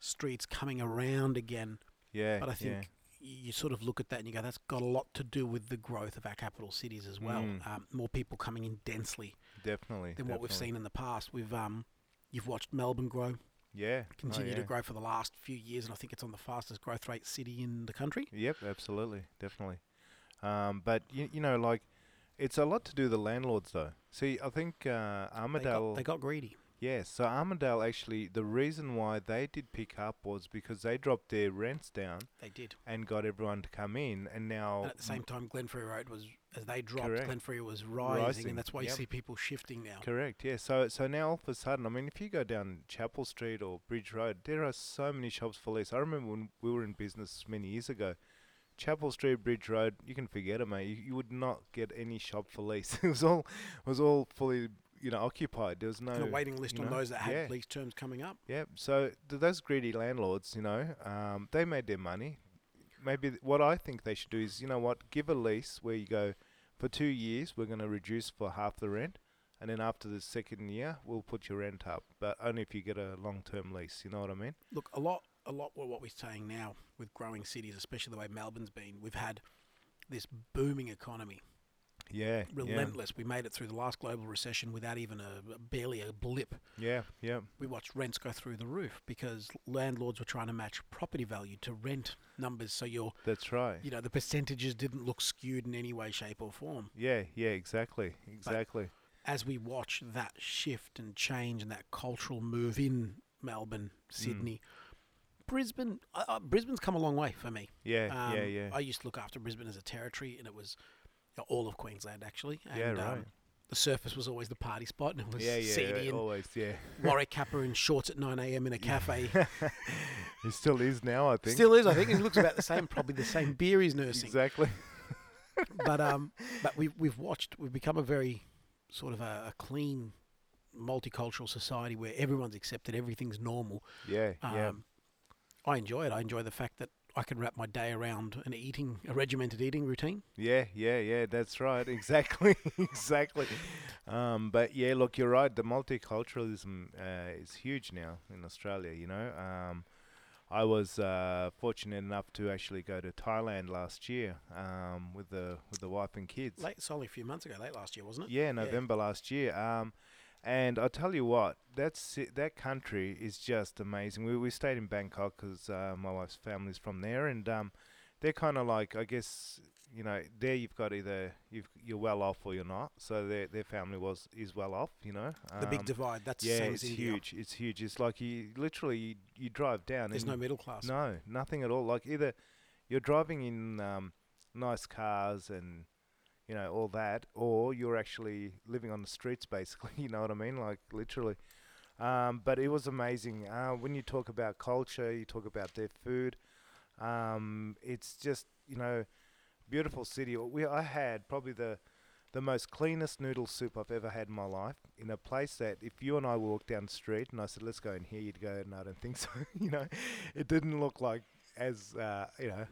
streets coming around again. yeah. But I think yeah. you sort of look at that and you go, that's got a lot to do with the growth of our capital cities as well. Mm. Um, more people coming in densely definitely than what we've definitely. seen in the past. We've um, you've watched Melbourne grow, Yeah, oh, continue to yeah. grow for the last few years, and I think it's on the fastest growth rate city in the country. Yep, absolutely, definitely. Um, but you, you know, like, it's a lot to do with the landlords, though. See, I think uh, They got, Armadale. they got greedy. yeah, so Armadale actually, the reason why they did pick up was because they dropped their rents down They did. and got everyone to come in, and now And at the same time, Glenferrie Road was as they dropped, Oh, Correct. Glenferrie was rising, Rising, and that's why you yep. see people shifting now. Correct. Yeah. So so now all of a sudden, I mean, if you go down Chapel Street or Bridge Road, there are so many shops for lease. I remember when we were in business many years ago. Chapel Street, Bridge Road, you can forget it, mate. You, you would not get any shop for lease. it was all it was all fully you know occupied. There was no and a waiting list you on know, those that had yeah. lease terms coming up. Yeah. So th- those greedy landlords, you know, um, they made their money. Maybe th- what I think they should do is, you know what, give a lease where you go for two years. We're going to reduce for half the rent, and then after the second year, we'll put your rent up, but only if you get a long-term lease. You know what I mean? Look, a lot, a lot of what we're saying now with growing cities, especially the way Melbourne's been, we've had this booming economy, Yeah. relentless. We made it through the last global recession without even a barely a blip. Yeah. Yeah. Yeah. We watched rents go through the roof because landlords were trying to match property value to rent numbers, so your That's right. you know the percentages didn't look skewed in any way, shape, or form. Yeah. Yeah. Exactly. Exactly. As we watch that shift and change and that cultural move in Melbourne, Mm. Sydney, Brisbane, uh, uh, Brisbane's come a long way for me. Yeah. yeah. Um, Yeah. I used to look after Brisbane as a territory, and it was uh, all of Queensland actually. And, Yeah, right. Um, the surface was always the party spot, and it was yeah. Yeah. seedy and Always. Yeah. Warwick Kappa in shorts at 9 a.m. in a cafe. It still is now. I think. Still is, I think. It looks about the same, probably the same beer he's nursing. Exactly. But um, but we've we've watched. We've become a very sort of a, a clean, multicultural society where everyone's accepted, everything's normal. Yeah. Um, yeah. I enjoy it. I enjoy the fact that I can wrap my day around an eating, a regimented eating routine. Yeah, yeah, yeah. That's right. Exactly, exactly. Um, but yeah, look, you're right. The multiculturalism uh, is huge now in Australia. You know, um, I was uh, fortunate enough to actually go to Thailand last year um, with the with the wife and kids. Late, it's only a few months ago, late last year, wasn't it? Yeah, November last year. Um, and I tell you what, that's it, that country is just amazing. We we stayed in Bangkok because uh, my wife's family's from there, and um, they're kind of like I guess you know there you've got either you've, you're well off or you're not. So their their family was is well off, you know. The big Um, divide. That's yeah, the same it's as India. huge. It's huge. It's like you literally you, you drive down. There's and no middle class. no, nothing at all. Like either you're driving in um, nice cars and you know all that, or you're actually living on the streets, basically. You know what I mean? Like literally. Um, but it was amazing. Uh, when you talk about culture, you talk about their food. Um, it's just you know beautiful city. We I had probably the the most cleanest noodle soup I've ever had in my life in a place that if you and I walked down the street and I said let's go in here you'd go no I don't think so you know it didn't look like as uh, you know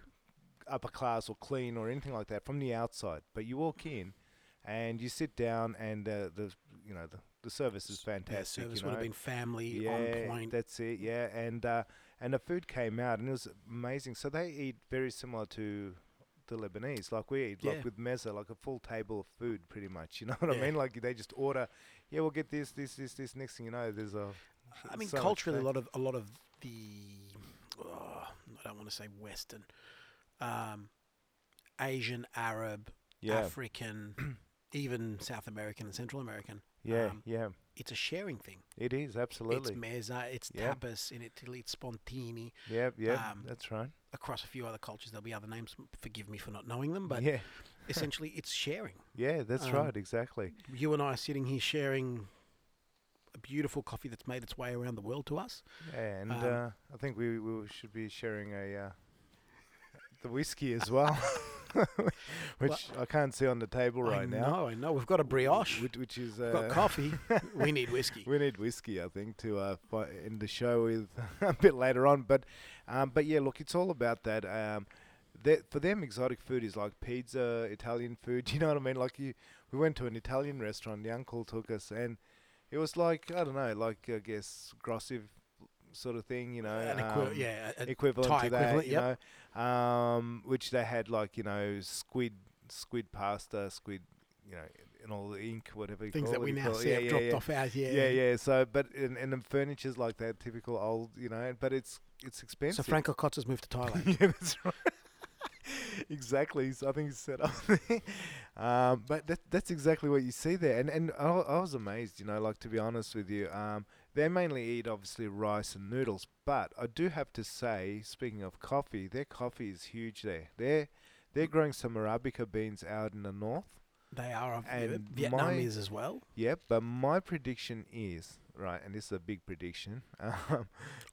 upper class or clean or anything like that from the outside but you walk in and you sit down and uh, the you know the, the service is Yeah, fantastic service you would know have been family yeah, on point. That's it. Yeah, and uh, and the food came out and it was amazing. So they eat very similar to the Lebanese, like we eat, Yeah. like with mezza, like a full table of food, pretty much. You know what I Yeah. mean? Like they just order. Yeah, we'll get this, this, this, this. Next thing you know, there's a. I mean, so much culturally, a food. lot of a lot of the oh, I don't want to say Western, um, Asian, Arab, Yeah, African, even South American and Central American. yeah, um, yeah. It's a sharing thing. It is absolutely. It's mezza, it's Yeah. tapas in Italy, it's spontini. Yeah, yeah. um, that's right. Across a few other cultures, there'll be other names. Forgive me for not knowing them, but yeah, essentially, it's sharing. yeah. That's um, right. Exactly. you and I are sitting here sharing a beautiful coffee that's made its way around the world to us. And um, uh, I think we, we should be sharing a uh, the whiskey as well. which I can't see on the table right I now. know, I know. We've got a brioche. We've Which, which is uh, got coffee. we need whiskey. We need whiskey, I think, to uh, fi- end the show with a bit later on. But, um, but yeah, look, it's all about that. Um, that for them, exotic food is like pizza, Italian food. You know what I mean? Like you, we went to an Italian restaurant. The uncle took us, and it was like I don't know, like I guess grossive sort of thing. You know, An equi- um, yeah, a- a equivalent Thai to that. equivalent, you yep. know, um, which they had like you know squid, squid pasta, squid. You know, and all the ink, whatever you things call that it, we you now call it. see Yeah, have yeah, dropped yeah. off ours. Yeah, Yeah, yeah. So, but and, and the furniture's like that typical old, you know. But it's it's So expensive. Franco Kotz has moved to Thailand. yeah, that's right. exactly. So I think he's set up. there. um, but that that's exactly what you see there, and and I, wa- I was amazed, you know. Like to be honest with you, um, they mainly eat obviously rice and noodles, but I do have to say, speaking of coffee, their coffee is huge there. They're they're growing some arabica beans out in the north. they are of And Vietnamese my- as well. Yeah, but my prediction is right, and this is a big prediction. Um,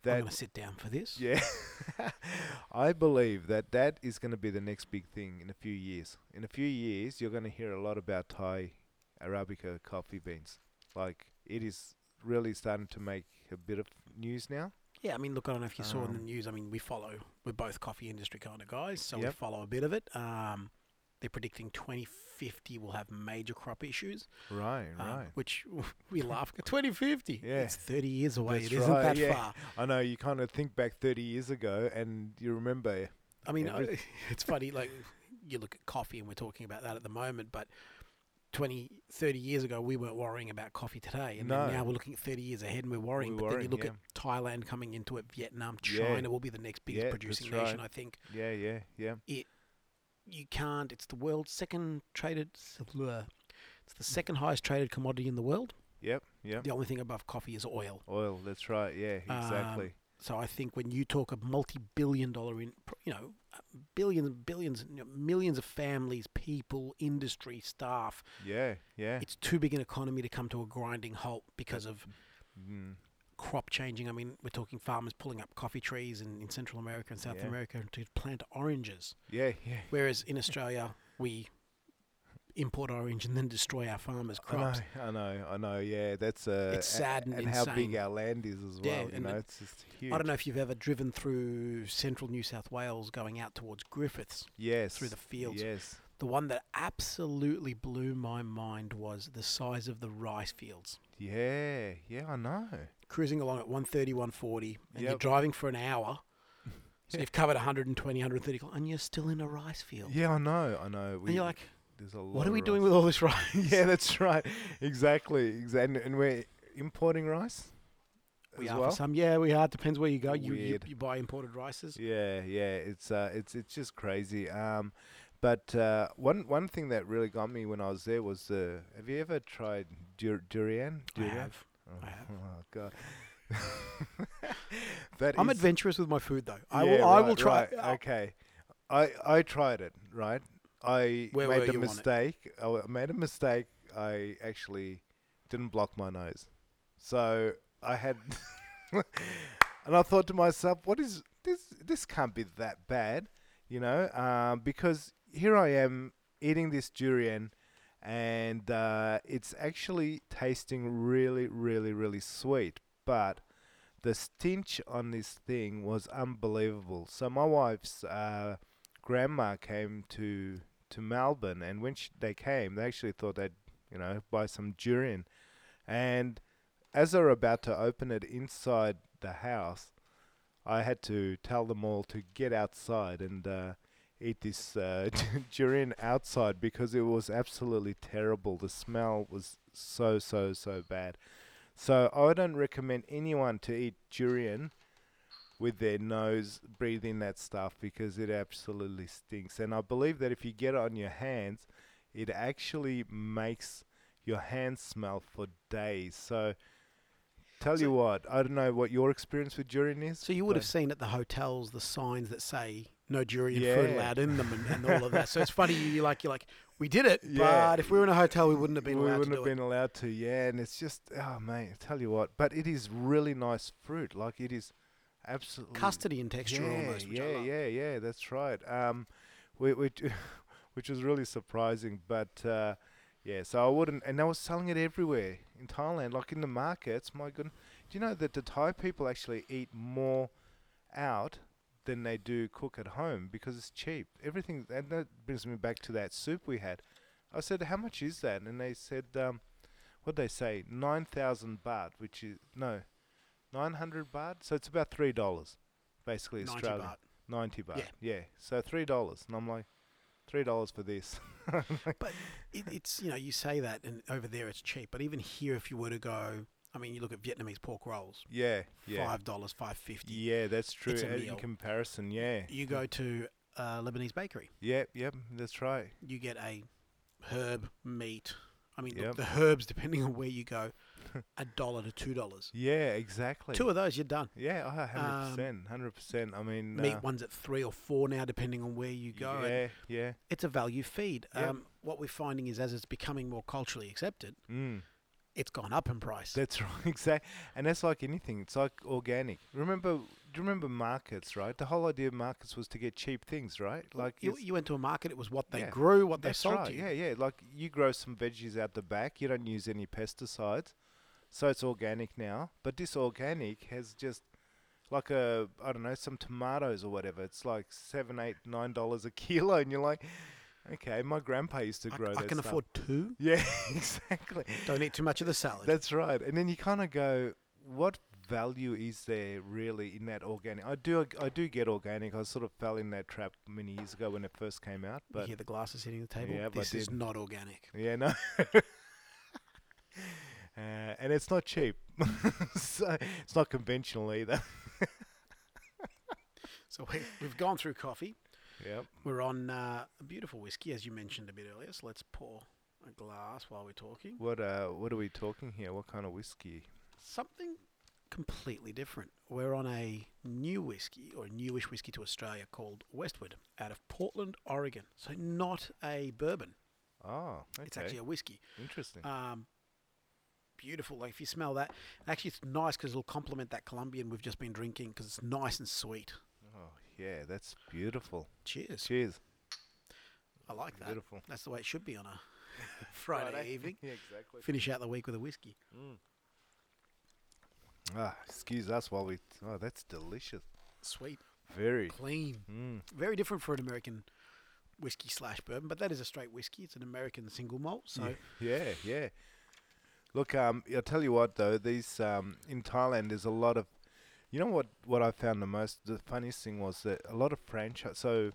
I'm that going to sit down for this. yeah, I believe that that is going to be the next big thing in a few years. In a few years, you're going to hear a lot about Thai Arabica coffee beans. Like it is really starting to make a bit of news now. Yeah, I mean, look, I don't know if you saw in the Um, news. I mean, we follow, we're both coffee industry kind of guys, so we Yep. follow a bit of it. Um, they're predicting 2050 will have major crop issues, Right, um, right. which we laugh at. 2050? Yeah. It's 30 years away. That's it isn't right, that yeah. far. I know you kind of think back 30 years ago, and you remember. I mean, I- Every- it's funny, like, you look at coffee and we're talking about that at the moment, but 20, 30 years ago, we weren't worrying about coffee today. And then No. now we're looking at 30 years ahead and we're worrying. We're but then you worrying, look yeah. at Thailand coming into it, Vietnam, Yeah. China will be the next biggest Yeah, that's producing nation, right. I think. Yeah, yeah, yeah. you can't. It's the world's second traded. s- bleh. It's the second highest traded commodity in the world. Yep, yep. The only thing above coffee is oil. Oil. That's right. Yeah, exactly. Um, so I think when you talk a multi-billion-dollar, in pr- you know, uh, billions, and billions, you know, millions of families, people, industry, staff, yeah, yeah. it's too big an economy to come to a grinding halt because of Mm. crop changing. I mean, we're talking farmers pulling up coffee trees in, in Central America and South Yeah. America to plant oranges. Yeah, yeah. Whereas in Australia, we import orange and then destroy our farmers' crops. I know, I know, I know. Yeah, that's uh, It's sad and how big insane. our land is as well. Yeah, you and know, it- it's just huge. I, don't know if you've ever driven through central New South Wales going out towards Griffiths. Yes, through the fields. Yes, The one that absolutely blew my mind was the size of the rice fields. yeah, yeah. I know. Cruising along at 130, 140, and you're Yep. driving for an hour. So you've covered 120, 130, kilo- and you're still in a rice field. Yeah, I know. I know. and you're like, there's a lot. what are of we doing rice." with all this rice? yeah, that's right. Exactly. Exactly. And we're importing rice we as are well. for some. Yeah, we are. Depends where you go. You, you, Weird. you buy imported rices. Yeah, yeah, it's uh, it's it's just crazy. Um, but uh, one one thing that really got me when I was there was uh, have you ever tried dur- durian? I Durian? have. Oh, I have. oh, god. That I'm is- adventurous with my food though. I yeah, will. I will right, try. right, I- okay, I I tried it. Right, I Where were made you a on it? mistake. I w- made a mistake. I actually didn't block my nose, so I had, and I thought to myself, "What is this? This can't be that bad." you know, um, because here I am eating this durian, and uh, it's actually tasting really, really, really sweet. But the stench on this thing was unbelievable. So my wife's uh, grandma came to to Melbourne, and when she, they came, they actually thought they'd, you know, buy some durian, and as they were about to open it inside the house, I had to tell them all to get outside and uh, eat this uh, durian outside because it was absolutely terrible. The smell was so, so, so bad. So I don't recommend anyone to eat durian with their nose breathing that stuff because it absolutely stinks. And I believe that if you get it on your hands, it actually makes your hands smell for days. So tell you what, I don't know what your experience with durian is. So you would but- have seen at the hotels the signs that say no durian fruit Yeah. allowed in them and, and all of that. So it's funny. You like you're like we did it, Yeah. but if we were in a hotel, we wouldn't have been we allowed wouldn't to do have it. been allowed to yeah and it's just oh mate I tell you what but it is really nice fruit like it is absolutely Custody and texture yeah almost. Which I yeah love. yeah yeah that's right um we we which was really surprising. But uh, yeah, so I wouldn't. And they were selling it everywhere in Thailand, like in the markets. My goodness. Do you know that the Thai people actually eat more out than they do cook at home because it's cheap? Everything. And that brings me back to that soup we had. I said, How much is that? And they said, um, What would they say? 9,000 baht, which is. No. 900 baht? So it's about $3, basically, 90 Australian. baht. 90 baht. Yeah. yeah. So $3. And I'm like, $3 for this. But it, it's you know you say that, and over there it's cheap. But even here, if you were to go, I mean, you look at Vietnamese pork rolls, Yeah, yeah. five dollars, five fifty. Yeah, that's true. It's a uh, meal. In comparison, yeah. You go to a Lebanese bakery, Yep, yep, that's right. you get a herb meat. I mean, Yep. look, the herbs, depending on where you go, a dollar to two dollars. Yeah, exactly. Two of those, you're done. yeah, oh, 100%. Um, 100%. I mean, uh, Meat one's at three or four now, depending on where you go. and Yeah, yeah. It's a value feed. Yep. Um, what we're finding is as it's becoming more culturally accepted, Mm, it's gone up in price. that's right, exactly. And that's like anything, it's like organic. Remember, do you remember markets, right? The whole idea of markets was to get cheap things, right? Like, you, it's- you went to a market, it was what they Yeah, grew, what they That's sold right. to you. Yeah, yeah. Like you grow some veggies out the back. You don't use any pesticides, so it's organic now. But this organic has just like a I don't know some tomatoes or whatever. It's like seven, eight, nine dollars a kilo, and you're like, okay, my grandpa used to I, grow. I that can stuff." afford two. Yeah, exactly. Don't eat too much of the salad. That's right. And then you kind of go, what value is there really in that organic? I do, I do get organic. I sort of fell in that trap many years ago when it first came out, you but hear the glasses hitting the table. Yeah, but this is did- not organic. Yeah, no. Uh, and it's not cheap. so it's not conventional either. So we, we've gone through coffee. Yep. We're on uh, a beautiful whiskey, as you mentioned a bit earlier. So let's pour a glass while we're talking. What uh what are we talking here? What kind of whiskey? Something completely different. We're on a new whiskey or a newish whiskey to Australia called Westward out of Portland, Oregon. So not a bourbon. Oh, okay. It's actually a whiskey. interesting. Um, beautiful. Like if you smell that, actually it's nice because it'll complement that Colombian we've just been drinking because it's nice and sweet. oh, yeah, that's beautiful. Cheers. Cheers. I like that. Beautiful. That's the way it should be on a Friday evening. Yeah, exactly. Finish out the week with a whiskey. Ah, excuse us while we Oh, that's delicious. Sweet, Very. clean. Mm. Very different for an American whiskey slash bourbon, but that is a straight whiskey. It's an American single malt, so Yeah, yeah. Look, um, I'll tell you what though, these um, in Thailand there's a lot of, you know what what I found the most the funniest thing was that a lot of franchise. So,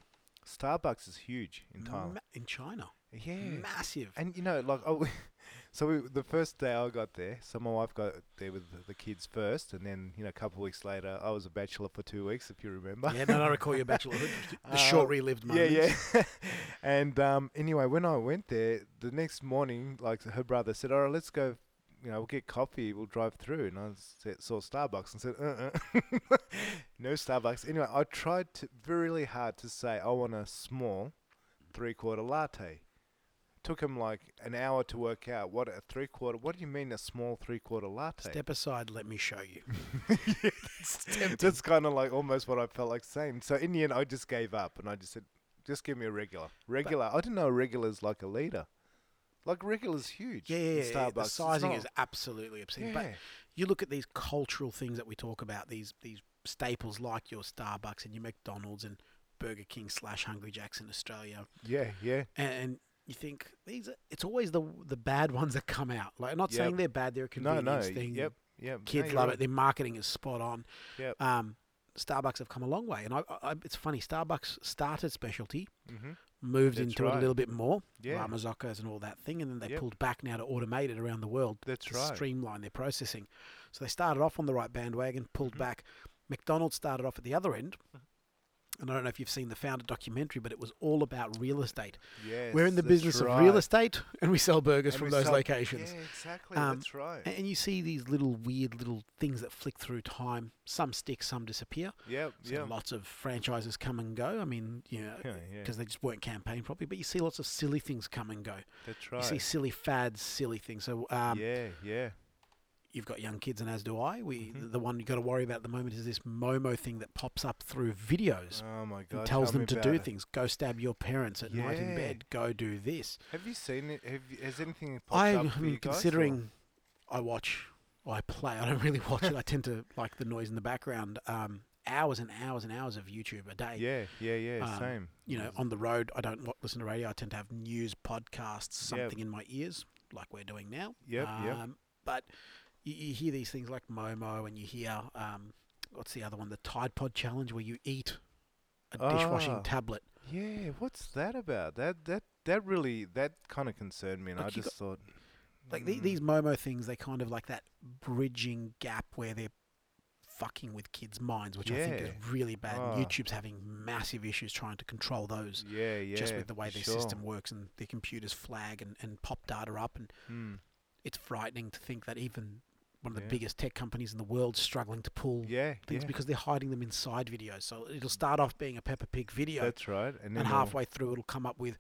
Starbucks is huge in Thailand. ma- in China, yeah, massive. and you know like oh, so we, the first day I got there, so my wife got there with the- the kids first, and then you know a couple of weeks later I was a bachelor for two weeks if you remember. yeah, no, I recall your bachelorhood, the short Uh, relived Yeah, moments. yeah. and um, anyway, when I went there the next morning, like her brother said, "All right, let's go. You know, we'll get coffee. We'll drive through." And I said, saw Starbucks and said, uh-uh. "No Starbucks." Anyway, I tried to, really hard to say I want a small three-quarter latte. Took him like an hour to work out what a three-quarter. What do you mean a small three-quarter latte? Step aside, let me show you. That's kind of like almost what I felt like saying. So in the end, I just gave up and I just said, just give me a regular. Regular. I didn't know a regular's like a liter. Like regular's huge. Yeah, in yeah, yeah, Starbucks. the It's sizing not- is absolutely obscene. But Yeah. you look at these cultural things that we talk about, these these staples like your Starbucks and your McDonald's and Burger King slash Hungry Jacks in Australia, Yeah, yeah. and you think these are, it's always the the bad ones that come out. Like, I'm not Yep. saying they're bad; they're a No, convenience no. thing. Yep, yep. No, Kids you're love right. it. Their marketing is spot on. Yep. Um, Starbucks have come a long way, and I, I, I- it's funny. Starbucks started specialty, Mhm. moved That's into it a right. little bit more, Yeah. La Mazzocca's and all that thing, and then they Yep. pulled back now to automate it around the world That's to right. streamline their processing. So they started off on the right bandwagon, Mm-hmm. pulled back. McDonald's started off at the other end. And I don't know if you've seen the founder documentary, but it was all about real estate. Yes, We're in the that's business of real right. estate and we sell burgers And from we those sell- locations. Yeah, exactly. Um, that's right. A- And you see these little weird little things that flick through time. Some stick, some disappear. Yep, So yep. lots of franchises come and go. I mean, you know, Yeah, because yeah. they just weren't campaigned properly. But you see lots of silly things come and go. That's You see right. silly fads, silly things. So um, Yeah, yeah. you've got young kids, and as do I. We Mm-hmm. the one you've got to worry about at the moment is this Momo thing that pops up through videos Oh my god! and tells tell me them to about do it. things. Go stab your parents at night in Yeah. bed. Go do this. Have you seen it? Have you, has anything popped I up for you am guys, or- considering. I watch. I play. I don't really watch it. I tend to like the noise in the background. Um, hours and hours and hours of YouTube a day. Yeah, yeah, yeah. Um, same. You know, on the road, I don't wa- listen to radio. I tend to have news, podcasts, Yep. something in my ears, like we're doing now. Um, Yep, yep. But you, you hear these things like Momo, and you hear um, what's the other one? The Tide Pod Challenge, where you eat a dishwashing Ah. tablet. Yeah, what's that about? That that that really that kind of concerned me, and Like, I you just thought, Like the- these Mm. Momo things, they kind of like that bridging gap where they're fucking with kids' minds, which I think is Yeah. really bad. and Ah. YouTube's having massive issues trying to control those. yeah, yeah, just with the way their sure. system works and their computers flag and, and pop data up. And Mm. it's frightening to think that even one of the Yeah. biggest tech companies in the world struggling to pull Yeah, things yeah. because they're hiding them inside videos. So it'll start off being a Peppa Pig video, That's right, and, then and we'll- halfway through it'll come up with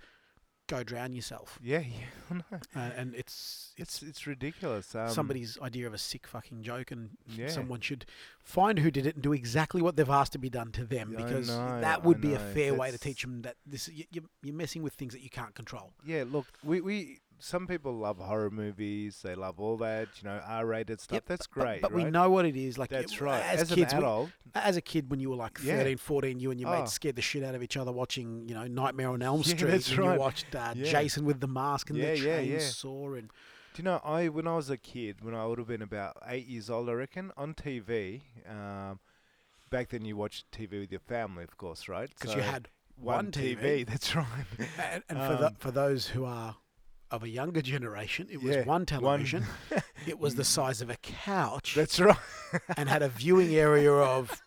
"Go drown yourself," Yeah, yeah, I know. uh, and it's it's. It's it's ridiculous. Um, Somebody's idea of a sick fucking joke, and Yeah. someone should find who did it and do exactly what they've asked to be done to them, Yeah, I because know, that I would be a know. fair way to That's- teach them that this you, you- you're messing with things that you can't control. Yeah, look, we we some people love horror movies. They love all that, you know, R-rated stuff. Yep, That's but- but- great, But, right? we know what it is. Like That's it- right. As, As, kids, an we- adult, as a kid, when you were like Yeah. 13, 14, you and your Oh. mates scared the shit out of each other watching, you know, Nightmare on Elm Yeah, Street. that's and You right. watched uh, Yeah. Jason with the mask and Yeah, the yeah, yeah. chainsaw, and Do you know, I when I was a kid, when I would have been about eight years old, I reckon, on TV, um, back then you watched TV with your family, of course, right? because you So had one TV. That's right. and, and for the, Um, for those who are of a younger generation, it was Yeah, one one- television. it was the size of a couch that's right. and had a viewing area of.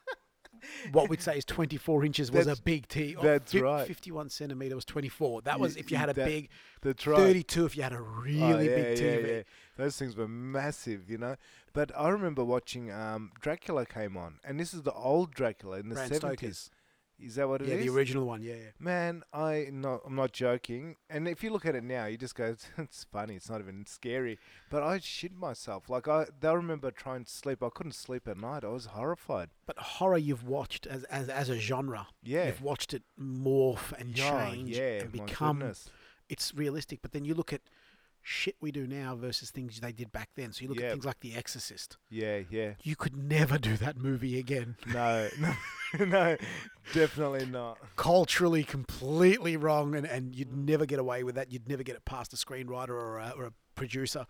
What we'd say is 24 inches was a That's- big T. or that's fif- right. 51 centimeter was 24. That Ye- was if you had a that- big That's right. 32 if you had a really Oh, big yeah, yeah, TV. yeah. Those things were massive, you know. But I remember watching um, Dracula came on, and this is the old Dracula in the Bram seventies. Stoker's. Is that what it is? Yeah, the original one. Yeah, yeah. Man, I no, I'm not joking. And if you look at it now, you just go, "It's funny. It's not even scary." But I shit myself. Like I, I remember trying to sleep. I couldn't sleep at night. I was horrified. But horror, you've watched as as, as a genre. Yeah. you've watched it morph and Yeah, change yeah, and my become. goodness. It's realistic, but then you look at shit we do now versus things they did back then. So you look at Yeah. things like The Exorcist. Yeah, yeah. You could never do that movie again. No, no, no, definitely not. Culturally, completely wrong, and, and you'd Mm. never get away with that. You'd never get it past a screenwriter or a, or a producer.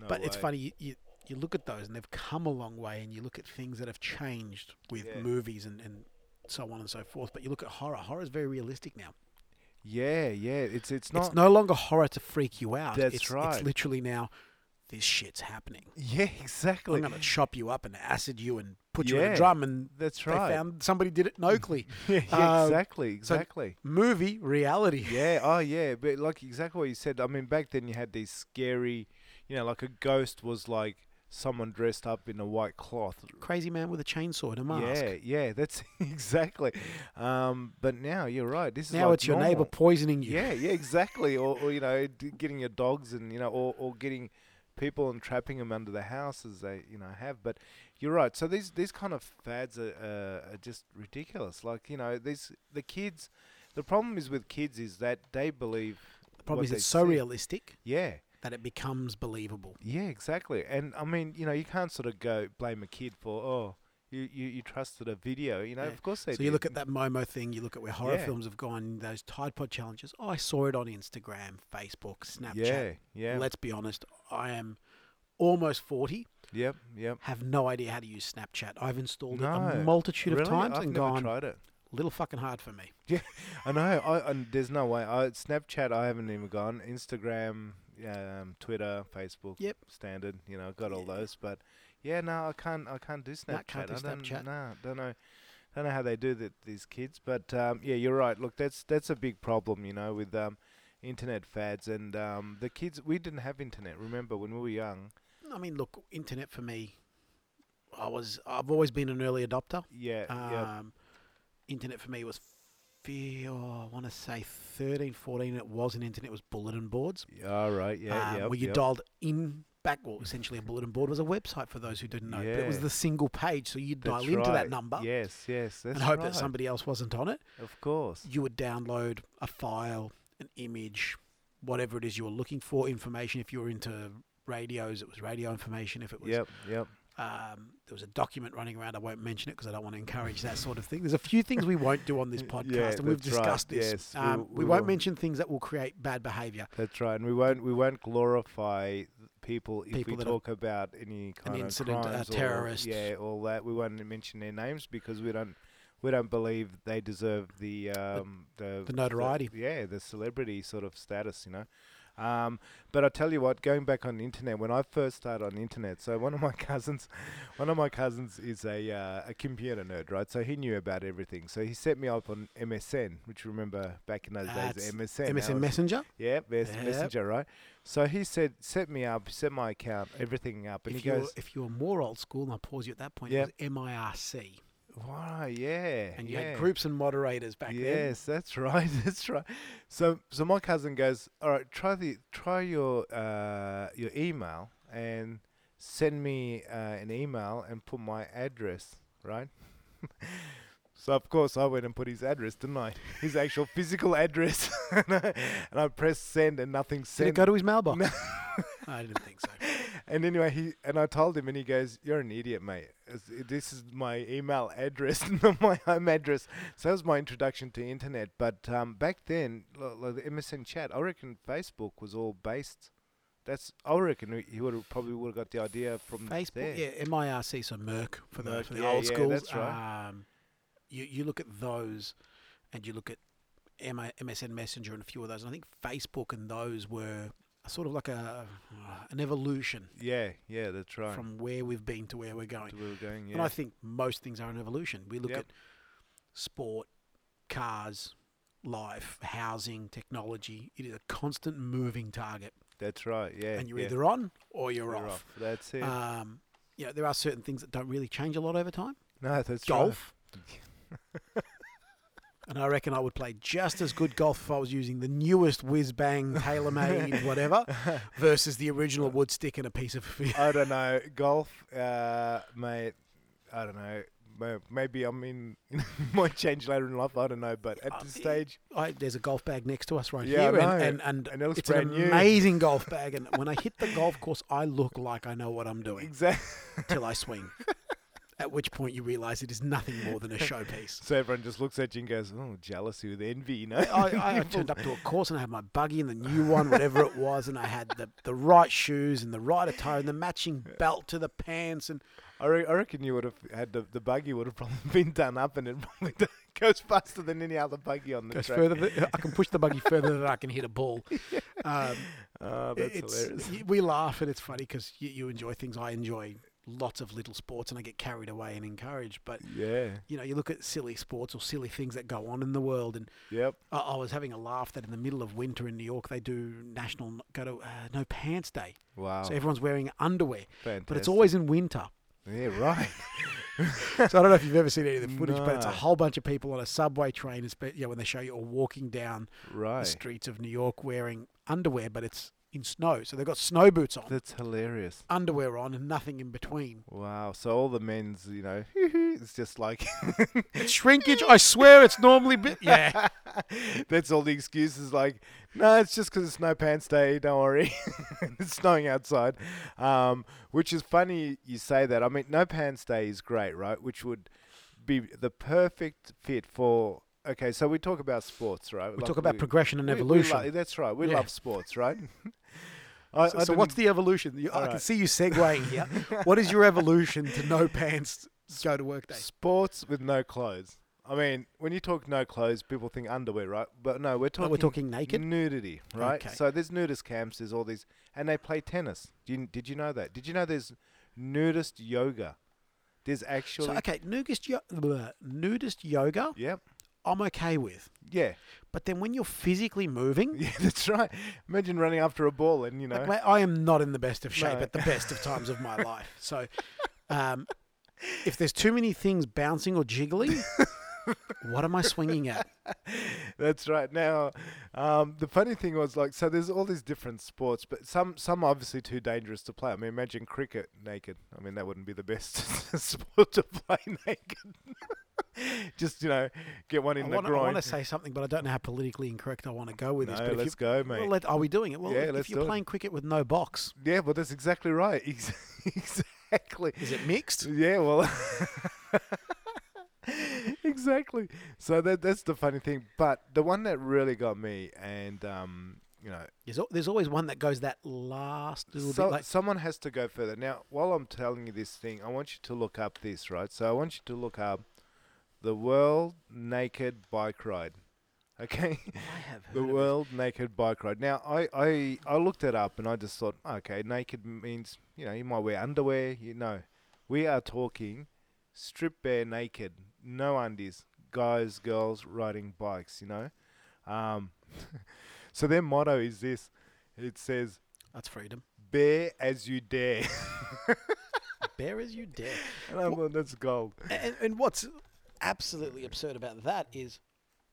No but it's way. funny you, you you look at those and they've come a long way and you look at things that have changed with Yeah. movies and, and so on and so forth but you look at horror horror is very realistic now Yeah, yeah. It's it's not. it's no longer horror to freak you out That's it's, it's right. literally now this shit's happening yeah, exactly. i'm going to chop you up and acid you and put you in a Yeah, drum and That's they right. found somebody did it in oakley yeah, yeah, Um, exactly, so- exactly. movie reality yeah, oh yeah, but like exactly what you said. I mean, back then you had these scary, you know, like a ghost was like someone dressed up in a white cloth. crazy man with a chainsaw and a mask Yeah, yeah, that's exactly. Um, but now you're right. This is now like it's your neighbor normal. poisoning you Yeah, yeah, exactly. Or, or you know, d- getting your dogs and you know, or, or getting people and trapping them under the house as they you know have. But you're right. So these these kind of fads are, uh, are just ridiculous. Like you know, these the kids. The problem is with kids is that they believe. the problem what is they it's so see. realistic Yeah, that it becomes believable yeah, exactly. And I mean, you know, you can't sort of go blame a kid for oh. You, you, you trusted a video, you know. Yeah. Of course they So did. you look at that Momo thing, you look at where horror Yeah. films have gone, those Tide Pod challenges. Oh, I saw it on Instagram, Facebook, Snapchat. Yeah, yeah, Let's be honest, I am almost 40, yep, yep. have no idea how to use Snapchat. I've installed it No, a multitude really? of times I've and never gone, tried it. little fucking hard for me. Yeah, I know. I, and there's no way. I Snapchat. I haven't even gone. Instagram, um, Twitter, Facebook. Yep. Standard. You know, I've got all Yeah. those. But yeah, no, I can't. I can't do No, Snapchat. can't do I don't, Snapchat. No, don't know. Don't know how they do that. These kids. But um, yeah, you're right. Look, that's that's a big problem. You know, with um, internet fads and um, the kids. We didn't have internet. Remember when we were young? I mean, look, internet for me, I was, I've always been an early adopter. Yeah. yeah. Um, Internet for me was, fi- oh, I want to say 13, 14, and it wasn't internet, it was bulletin boards. yeah. All right. Yeah. um, yeah. where you yep. dialed in back, well, essentially a bulletin board was a website for those who didn't know. But it was Yeah. the single page, so you'd That's dial into that right. number Yes, yes. That's and hope right. that somebody else wasn't on it. Of course. You would download a file, an image, whatever it is you were looking for, information. If you were into radios, it was radio information. If it was Yep, yep. um, there was a document running around. I won't mention it because I don't want to encourage that sort of thing. There's a few things we won't do on this Yeah, podcast, and we've that's right. discussed this. Yes, we um, will- we, we won't will. mention things that will create bad behaviour. That's right. And we won't we won't glorify th- people if People we that have- talk about any kind of incident, uh, crimes or- terrorists. yeah, all that. We won't mention their names because we don't we don't believe they deserve the um the, the notoriety. yeah, the celebrity sort of status, you know. Um, but I tell you what, going back on the internet, when I first started on the internet, so one of my cousins, one of my cousins is a uh, a computer nerd, right? So he knew about everything. So he set me up on MSN, which remember back in those That's days, MSN. that MSN was- Messenger. yeah, mes- Yep. messenger, right? So he said, set me up, set my account, everything up, and If he you, were, goes, if you were more old school, and I'll pause you at that point, Yep. it was MIRC. "Wow, yeah." And you yeah. had groups and moderators back then. yes, that's right, that's right. So, so my cousin goes, "All right, try the try your uh, your email and send me uh, an email and put my address, right?" So of course I went and put his address, didn't I? His actual physical address, and I- and I pressed send, and nothing Did it sent. go to his mailbox? I didn't think so. And anyway, he and I told him, and he goes, "You're an idiot, mate. It's- This is my email address, not my home address." So that was my introduction to internet. But um, back then, l- like the MSN chat, I reckon Facebook was all based. That's I reckon he- he would have probably would have got the idea from Facebook, there. yeah, MIRC, so Merck for the, Merck, for the yeah, old yeah, school. that's right. Um, you, you look at those and you look at MI MSN Messenger and a few of those. And I think Facebook and those were sort of like a uh, an evolution yeah, yeah, that's right. from where we've been to where we're going. To where we're going, And yeah, I think most things are an evolution. We look Yep. at sport, cars, life, housing, technology. It is a constant moving target. that's right. Yeah, and you're yeah, either on or you're, you're off. That's it. Um, you know, there are certain things that don't really change a lot over time. no, that's right. golf. and I reckon I would play just as good golf if I was using the newest whiz bang, tailor made, whatever, versus the original wood stick and a piece of. I don't know. Golf, uh, mate. I don't know. May- Maybe I'm in might change later in life. I don't know. But at Uh, this stage, I, there's a golf bag next to us right Yeah, I here, know. and, and, and And it looks it's an brand new. amazing golf bag. And when I hit the golf course, I look like I know what I'm doing exactly. till I swing. At which point you realise it is nothing more than a showpiece. So everyone just looks at you and goes, "Oh, jealousy with envy," you know. I, I turned up to a course and I had my buggy and the new one, whatever it was, and I had the, the right shoes and the right attire and the matching belt to the pants and I, re- I reckon you would have had the, the buggy would have probably been done up, and it probably goes faster than any other buggy on the track. Th- I can push the buggy further than I can hit a ball. Um, Oh, that's it's, hilarious. y- We laugh and it's funny because you, you enjoy things. I enjoy lots of little sports and I get carried away and encouraged. But Yeah. you know, you look at silly sports or silly things that go on in the world and Yep. I, I was having a laugh that in the middle of winter in New York they do national n- go to uh, no pants day, Wow. so everyone's wearing underwear, Oh. Fantastic. but it's always in winter. yeah right. So I don't know if you've ever seen any of the footage, but it's a No. whole bunch of people on a subway train, espe- you know, when they show you all walking down the Right. streets of New York wearing underwear, but it's in snow, so they've got snow boots on, That's hilarious. underwear on, and nothing in between. Wow. So all the men's, you know, it's just like It's shrinkage. I swear, it's normally bit. Yeah, That's all the excuses. Like, no, it's just because it's no pants day. Don't worry, it's snowing outside. Um, which is funny you say that. I mean, no pants day is great, right? Which would be the perfect fit for. Okay, so we talk about sports, right? we talk about progression and we- we evolution. lo- that's right. We Yeah. love sports, right? I, so I e- so what's didn't- the evolution? You, I can Alright. see you segueing here. what is your evolution to no pants go to work day? sports with no clothes? I mean, when you talk no clothes, people think underwear, right? But no, we're No, talking Oh, we're talking naked. nudity, right? Okay. So there's nudist camps. There's all these, and they play tennis. Do you, did you know that? Did you know there's nudist yoga? There's actually, So okay, nudist, yo- bleh, nudist yoga, yep, I'm okay with. yeah, But then when you're physically moving, yeah, that's right. Imagine running after a ball, and you know, like, mate, I am not in the best of shape No. at the best of times of my life. So, um, if there's too many things bouncing or jiggling, What am I swinging at? That's right. Now, um, the funny thing was like, so there's all these different sports, but some some obviously too dangerous to play. I mean, imagine cricket naked. I mean, that wouldn't be the best sport to play naked. Just you know, get one in I the want, groin. to say something, but I don't know how politically incorrect I want to go with no, this. But if you- let's go, mate. well, let- are we doing it? Well, Yeah, if let's you're do it. playing cricket with no box, yeah, well, that's exactly right. Ex- exactly. is it mixed? Yeah, well, exactly. So that that's the funny thing. But the one that really got me, and um, you know, There's, al- there's always one that goes that last little so, bit. Like, someone has to go further. Now, while I'm telling you this thing, I want you to look up this, right? So I want you to look up the World Naked Bike Ride. Okay, I have heard the of it. World Naked Bike Ride. Now, I, I I looked it up and I just thought, okay, naked means you know you might wear underwear. You know, we are talking strip bare naked, no undies, guys, girls riding bikes. You know, um, so their motto is this. It says That's freedom. Bear as you dare. Bear as you dare. and I'm like, that's gold. And, and what's absolutely absurd about that is,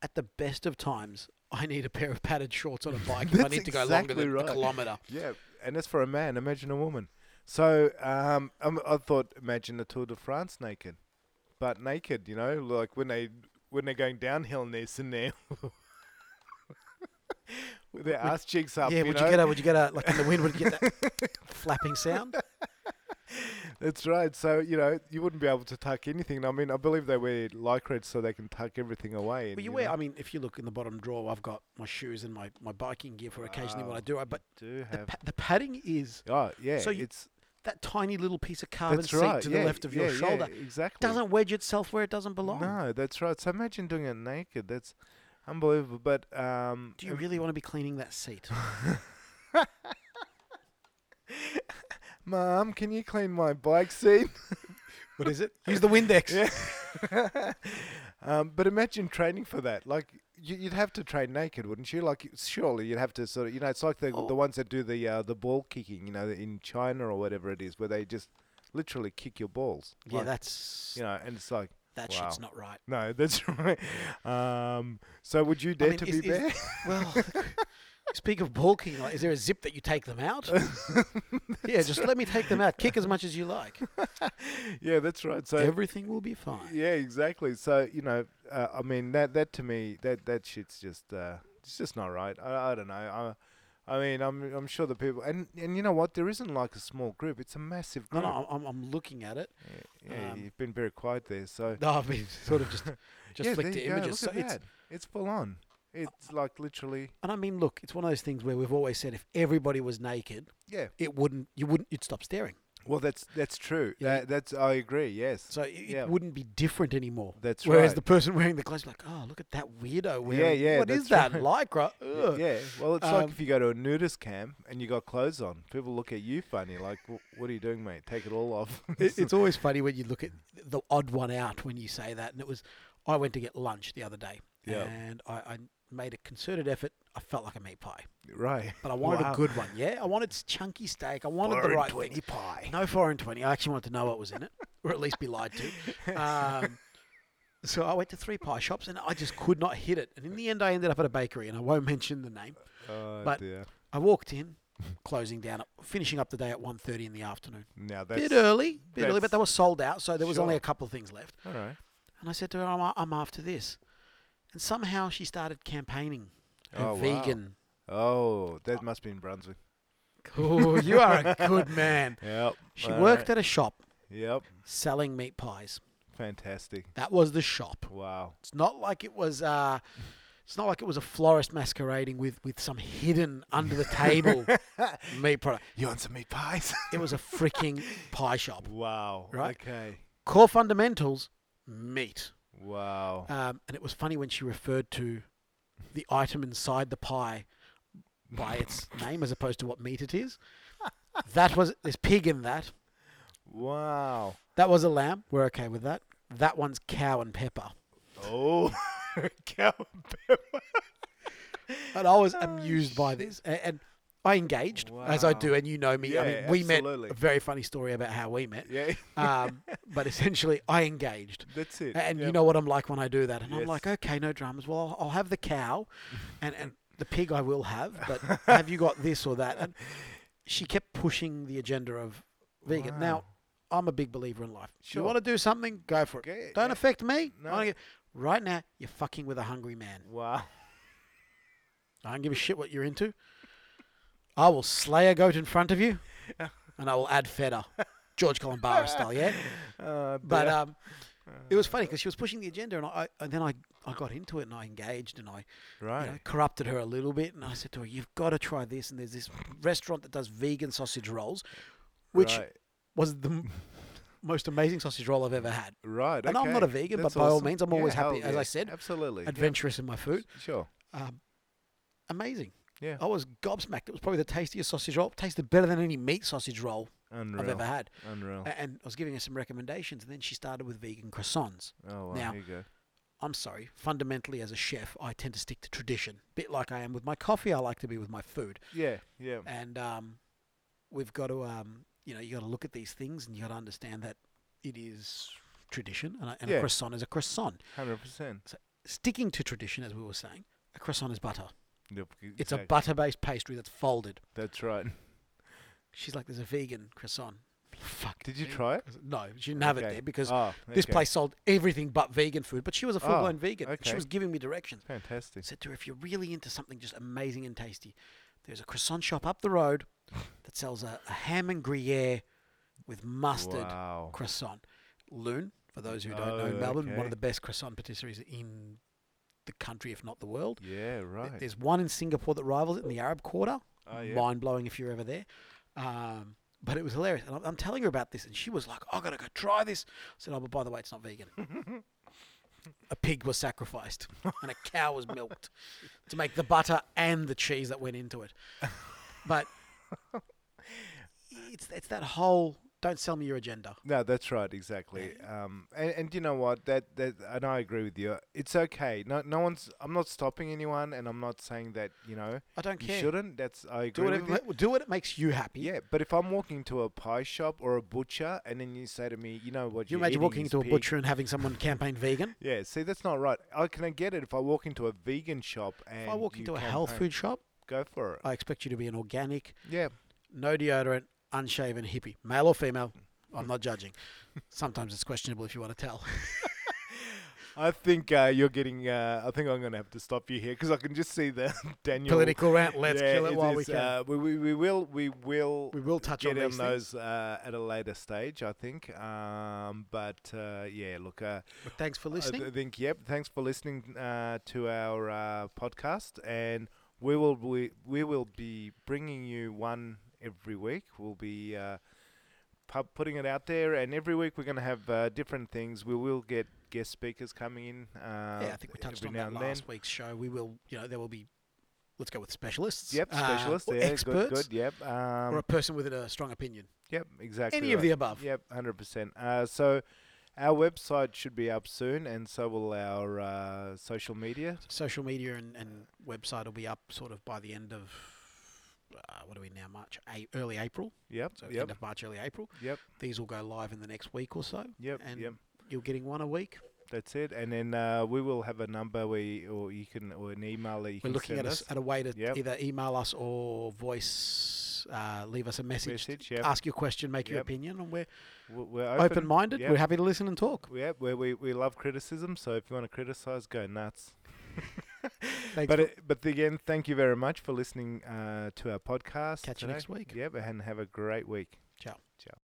at the best of times, I need a pair of padded shorts on a bike if I That's need to go exactly longer than right. a kilometre. Yeah, and that's for a man. Imagine a woman. So um, um, I thought, imagine the Tour de France naked, but naked. You know, like when they when they're going downhill and they're sitting there with their ass cheeks up. yeah, you would know? you get a, would you get a, like in the wind, would you get that flapping sound? That's right. So you know, you wouldn't be able to tuck anything. I mean, I believe they wear lycra so they can tuck everything away. Well, and, you wear, know, I mean, if you look in the bottom drawer, I've got my shoes and my, my biking gear for Ah, occasionally what I do. I, but do the, have. pa- the padding is Oh yeah, so you- it's that tiny little piece of carbon that's seat right. to yeah, the left of your yeah, yeah, shoulder. exactly. Doesn't wedge itself where it doesn't belong. No, that's right. So imagine doing it naked. That's unbelievable. But um, Do you really want to be cleaning that seat? Mom, can you clean my bike seat? what is it? Use the Windex. Yeah. um, but imagine training for that. Like you, you'd have to train naked, wouldn't you? Like surely you'd have to sort of, you know, it's like the the Oh. ones that do the uh, the ball kicking, you know, in China or whatever it is, where they just literally kick your balls. Yeah, Like, that's you know, and it's like. that wow. shit's not right. No, that's right. Um, so would you dare mean, to is- be is- there? Well, speak of bulking, like, is there a zip that you take them out? yeah, just let me take them out. Kick as much as you like. yeah, that's right. So Everything will be fine. Yeah, exactly. So you know, uh, I mean that that to me that that shit's just uh, it's just not right. I, I don't know. I, I mean, I'm I'm sure the people and and you know what? There isn't like a small group. It's a massive No, group. no, I'm, I'm looking at it. yeah, um, you've been very quiet there. So No, I've been sort of just just yeah, there flicked to you go. images. Look So at it's, that. It's full on. It's like literally. and I mean, look, it's one of those things where we've always said if everybody was naked, Yeah. it wouldn't you wouldn't you'd stop staring. Well, that's that's true. Yeah, you- That, that's I agree. Yes. So it, Yeah. it wouldn't be different anymore. That's Whereas right. the person wearing the clothes, like, oh, look at that weirdo wearing. yeah, What is that's that lycra? Ugh. yeah. Well, it's like Um, if you go to a nudist camp and you got clothes on, people look at you funny. Like, "Wh- what are you doing, mate? Take it all off. It- it's always funny when you look at the odd one out when you say that. And it was, I went to get lunch the other day, Yeah. and I, I made a concerted effort. I felt like a meat pie, right. but I wanted Wow. a good one. Yeah, I wanted s- chunky steak. I wanted the right thing. pie. No four and twenty. I actually wanted to know what was in it, or at least be lied to. Um, so I went to three pie shops, and I just could not hit it. And in the end, I ended up at a bakery, and I won't mention the name. Oh But- dear. I walked in, closing down, finishing up the day at 1.30 in the afternoon. Now that's bit early, bit that's- early, but they were sold out, so there was only Sure. a couple of things left. all right. And I said to her, I'm, a- I'm after this. And somehow she started campaigning. Her Oh, wow. vegan. Oh, that must be in Brunswick. Oh, you are a good man. Yep. She all worked right. at a shop Yep. selling meat pies. Fantastic. That was the shop. Wow. It's not like it was. Uh, it's not like it was a florist masquerading with, with some hidden under the table meat product. You want some meat pies? It was a freaking pie shop. wow. Right? Okay. Core fundamentals, meat. Wow. Um, and it was funny when she referred to the item inside the pie by its name as opposed to what meat it is. That was there's pig in that. Wow. That was a lamb. We're okay with that. That one's cow and pepper. Oh. Cow and pepper. Oh, And I was amused by this. And, and I engaged, as I Wow. do, and you know me. I Yeah, mean, we absolutely. met. A very funny story about how we met. Yeah. Um, but essentially, I engaged. That's it. And you Yep. know what I'm like when I do that. And I'm Yes. like, okay, no dramas. Well, I'll, I'll have the cow, and and the pig I will have. But have you got this or that? And she kept pushing the agenda of vegan. Now, I'm a big believer in life. Sure. You want to do something, go for it. Go ahead, Don't yeah. affect me. No. I don't give- right now, you're fucking with a hungry man. Wow. I don't give a shit what you're into. I will slay a goat in front of you, and I will add feta, George Columbara style. Yeah. Uh, But dear. um, it was funny because she was pushing the agenda, and I and then I, I got into it and I engaged and I you right. know, corrupted her a little bit, and I said to her, "You've got to try this." And there's this restaurant that does vegan sausage rolls, which right. was the m- most amazing sausage roll I've ever had. Right. and I'm not a okay. vegan, That's but by all awesome. means, I'm always Yeah, happy, hell as I yeah. said, Absolutely. Yep. adventurous in my food. Sure. Um, amazing. Yeah. I was gobsmacked. It was probably the tastiest sausage roll. tasted better than any meat sausage roll Unreal. I've ever had. Unreal. A- And I was giving her some recommendations, and then she started with vegan croissants. Oh, wow. now- There you go. I'm sorry, fundamentally as a chef, I tend to stick to tradition. Bit like I am with my coffee, I like to be with my food. Yeah. Yeah. And um, we've got to, um, you know, you got to look at these things and you got to understand that it is tradition, and, a, and Yeah. a croissant is a croissant. 100%. Sticking to tradition, as we were saying, a croissant is butter. Yep, It's a exact- butter-based pastry that's folded. That's right. She's like, "There's a vegan croissant." Fuck. Did you vegan try it? croissant. No, she didn't have it Okay. there because Ah, this okay. Oh, place sold everything but vegan food. But she was a full-blown vegan. She okay. was giving me directions. Fantastic. said to her, if you're really into something just amazing and tasty, there's a croissant shop up the road that sells a, a ham and gruyere with mustard Wow. croissant. Loon, for those who don't Oh, know Melbourne, one okay. of the best croissant patisseries in the country, if not the world. Yeah, Th- right. There's one in Singapore that rivals it in the Arab Quarter. Oh, yeah. Mind blowing if you're ever there. Um, but it was hilarious. And I'm, I'm telling her about this, and she was like, i got to go try this. I said, Oh, but by the way, it's not vegan. a pig was sacrificed, and a cow was milked to make the butter and the cheese that went into it. But it's, it's that whole don't sell me your agenda. No, that's right, exactly. Um, and, and you know what? That that and I agree with you. It's okay. No, no one's. I'm not stopping anyone, and I'm not saying that you know I don't you care. shouldn't. That's I Do agree whatever, with you. ma- do what makes you happy. Yeah, but if I'm walking into a pie shop or a butcher, and then you say to me, you know what? You you're imagine eating walking is into a pig. butcher and having someone campaign vegan? Yeah, see, that's not right. I can I get it if I walk into a vegan shop and If I walk you into a health campaign, food shop, Go for it. I expect you to be an organic, yeah, no deodorant, unshaven hippie, male or female. I'm not judging. Sometimes it's questionable if you want to tell. I think uh, you're getting. Uh, I think I'm going to have to stop you here because I can just see the Daniel Political rant. Let's Yeah, kill it while we is, can. Uh, we, we we will we will we will touch on get these on things. those uh, at a later stage, I think. Um, but uh, yeah, look. Uh, But thanks for I listening. th- think yep. Thanks for listening uh, to our uh, podcast, and we will we, we will be bringing you one every week. We'll be uh, pub putting it out there, and every week we're going to have uh, different things. We will get guest speakers coming in. Uh, yeah, I think we touched every on now that and then. last week's show. We will, you know, there will be. Let's go with specialists. Yep, uh, specialists. or yeah, experts, Good, good. Yep. Um, or a person with a strong opinion. Yep, exactly. Any of right. the above. Yep, hundred percent. Uh, so our website should be up soon, and so will our uh, social media. Social media and, and website will be up sort of by the end of uh, what are we now? March, a- early April. Yep, So uh, end yep, of March, early April. yep, These will go live in the next week or so. yep, and yep. You're getting one a week. That's it. And then uh, we will have a number where you, or you can or an email that you We're can looking send at a, s- us. at a way to Yep. either email us or voice, uh, leave us a message, Message, yep. ask your question, make your Yep. opinion, and we're W- We're open. open minded. Yep. We're happy to listen and talk. Yep, we, we, we love criticism, so if you want to criticize, go nuts. Thanks. But for- it, but again, thank you very much for listening uh, to our podcast. Catch you today. next week. Yep, and have a great week. Ciao. Ciao.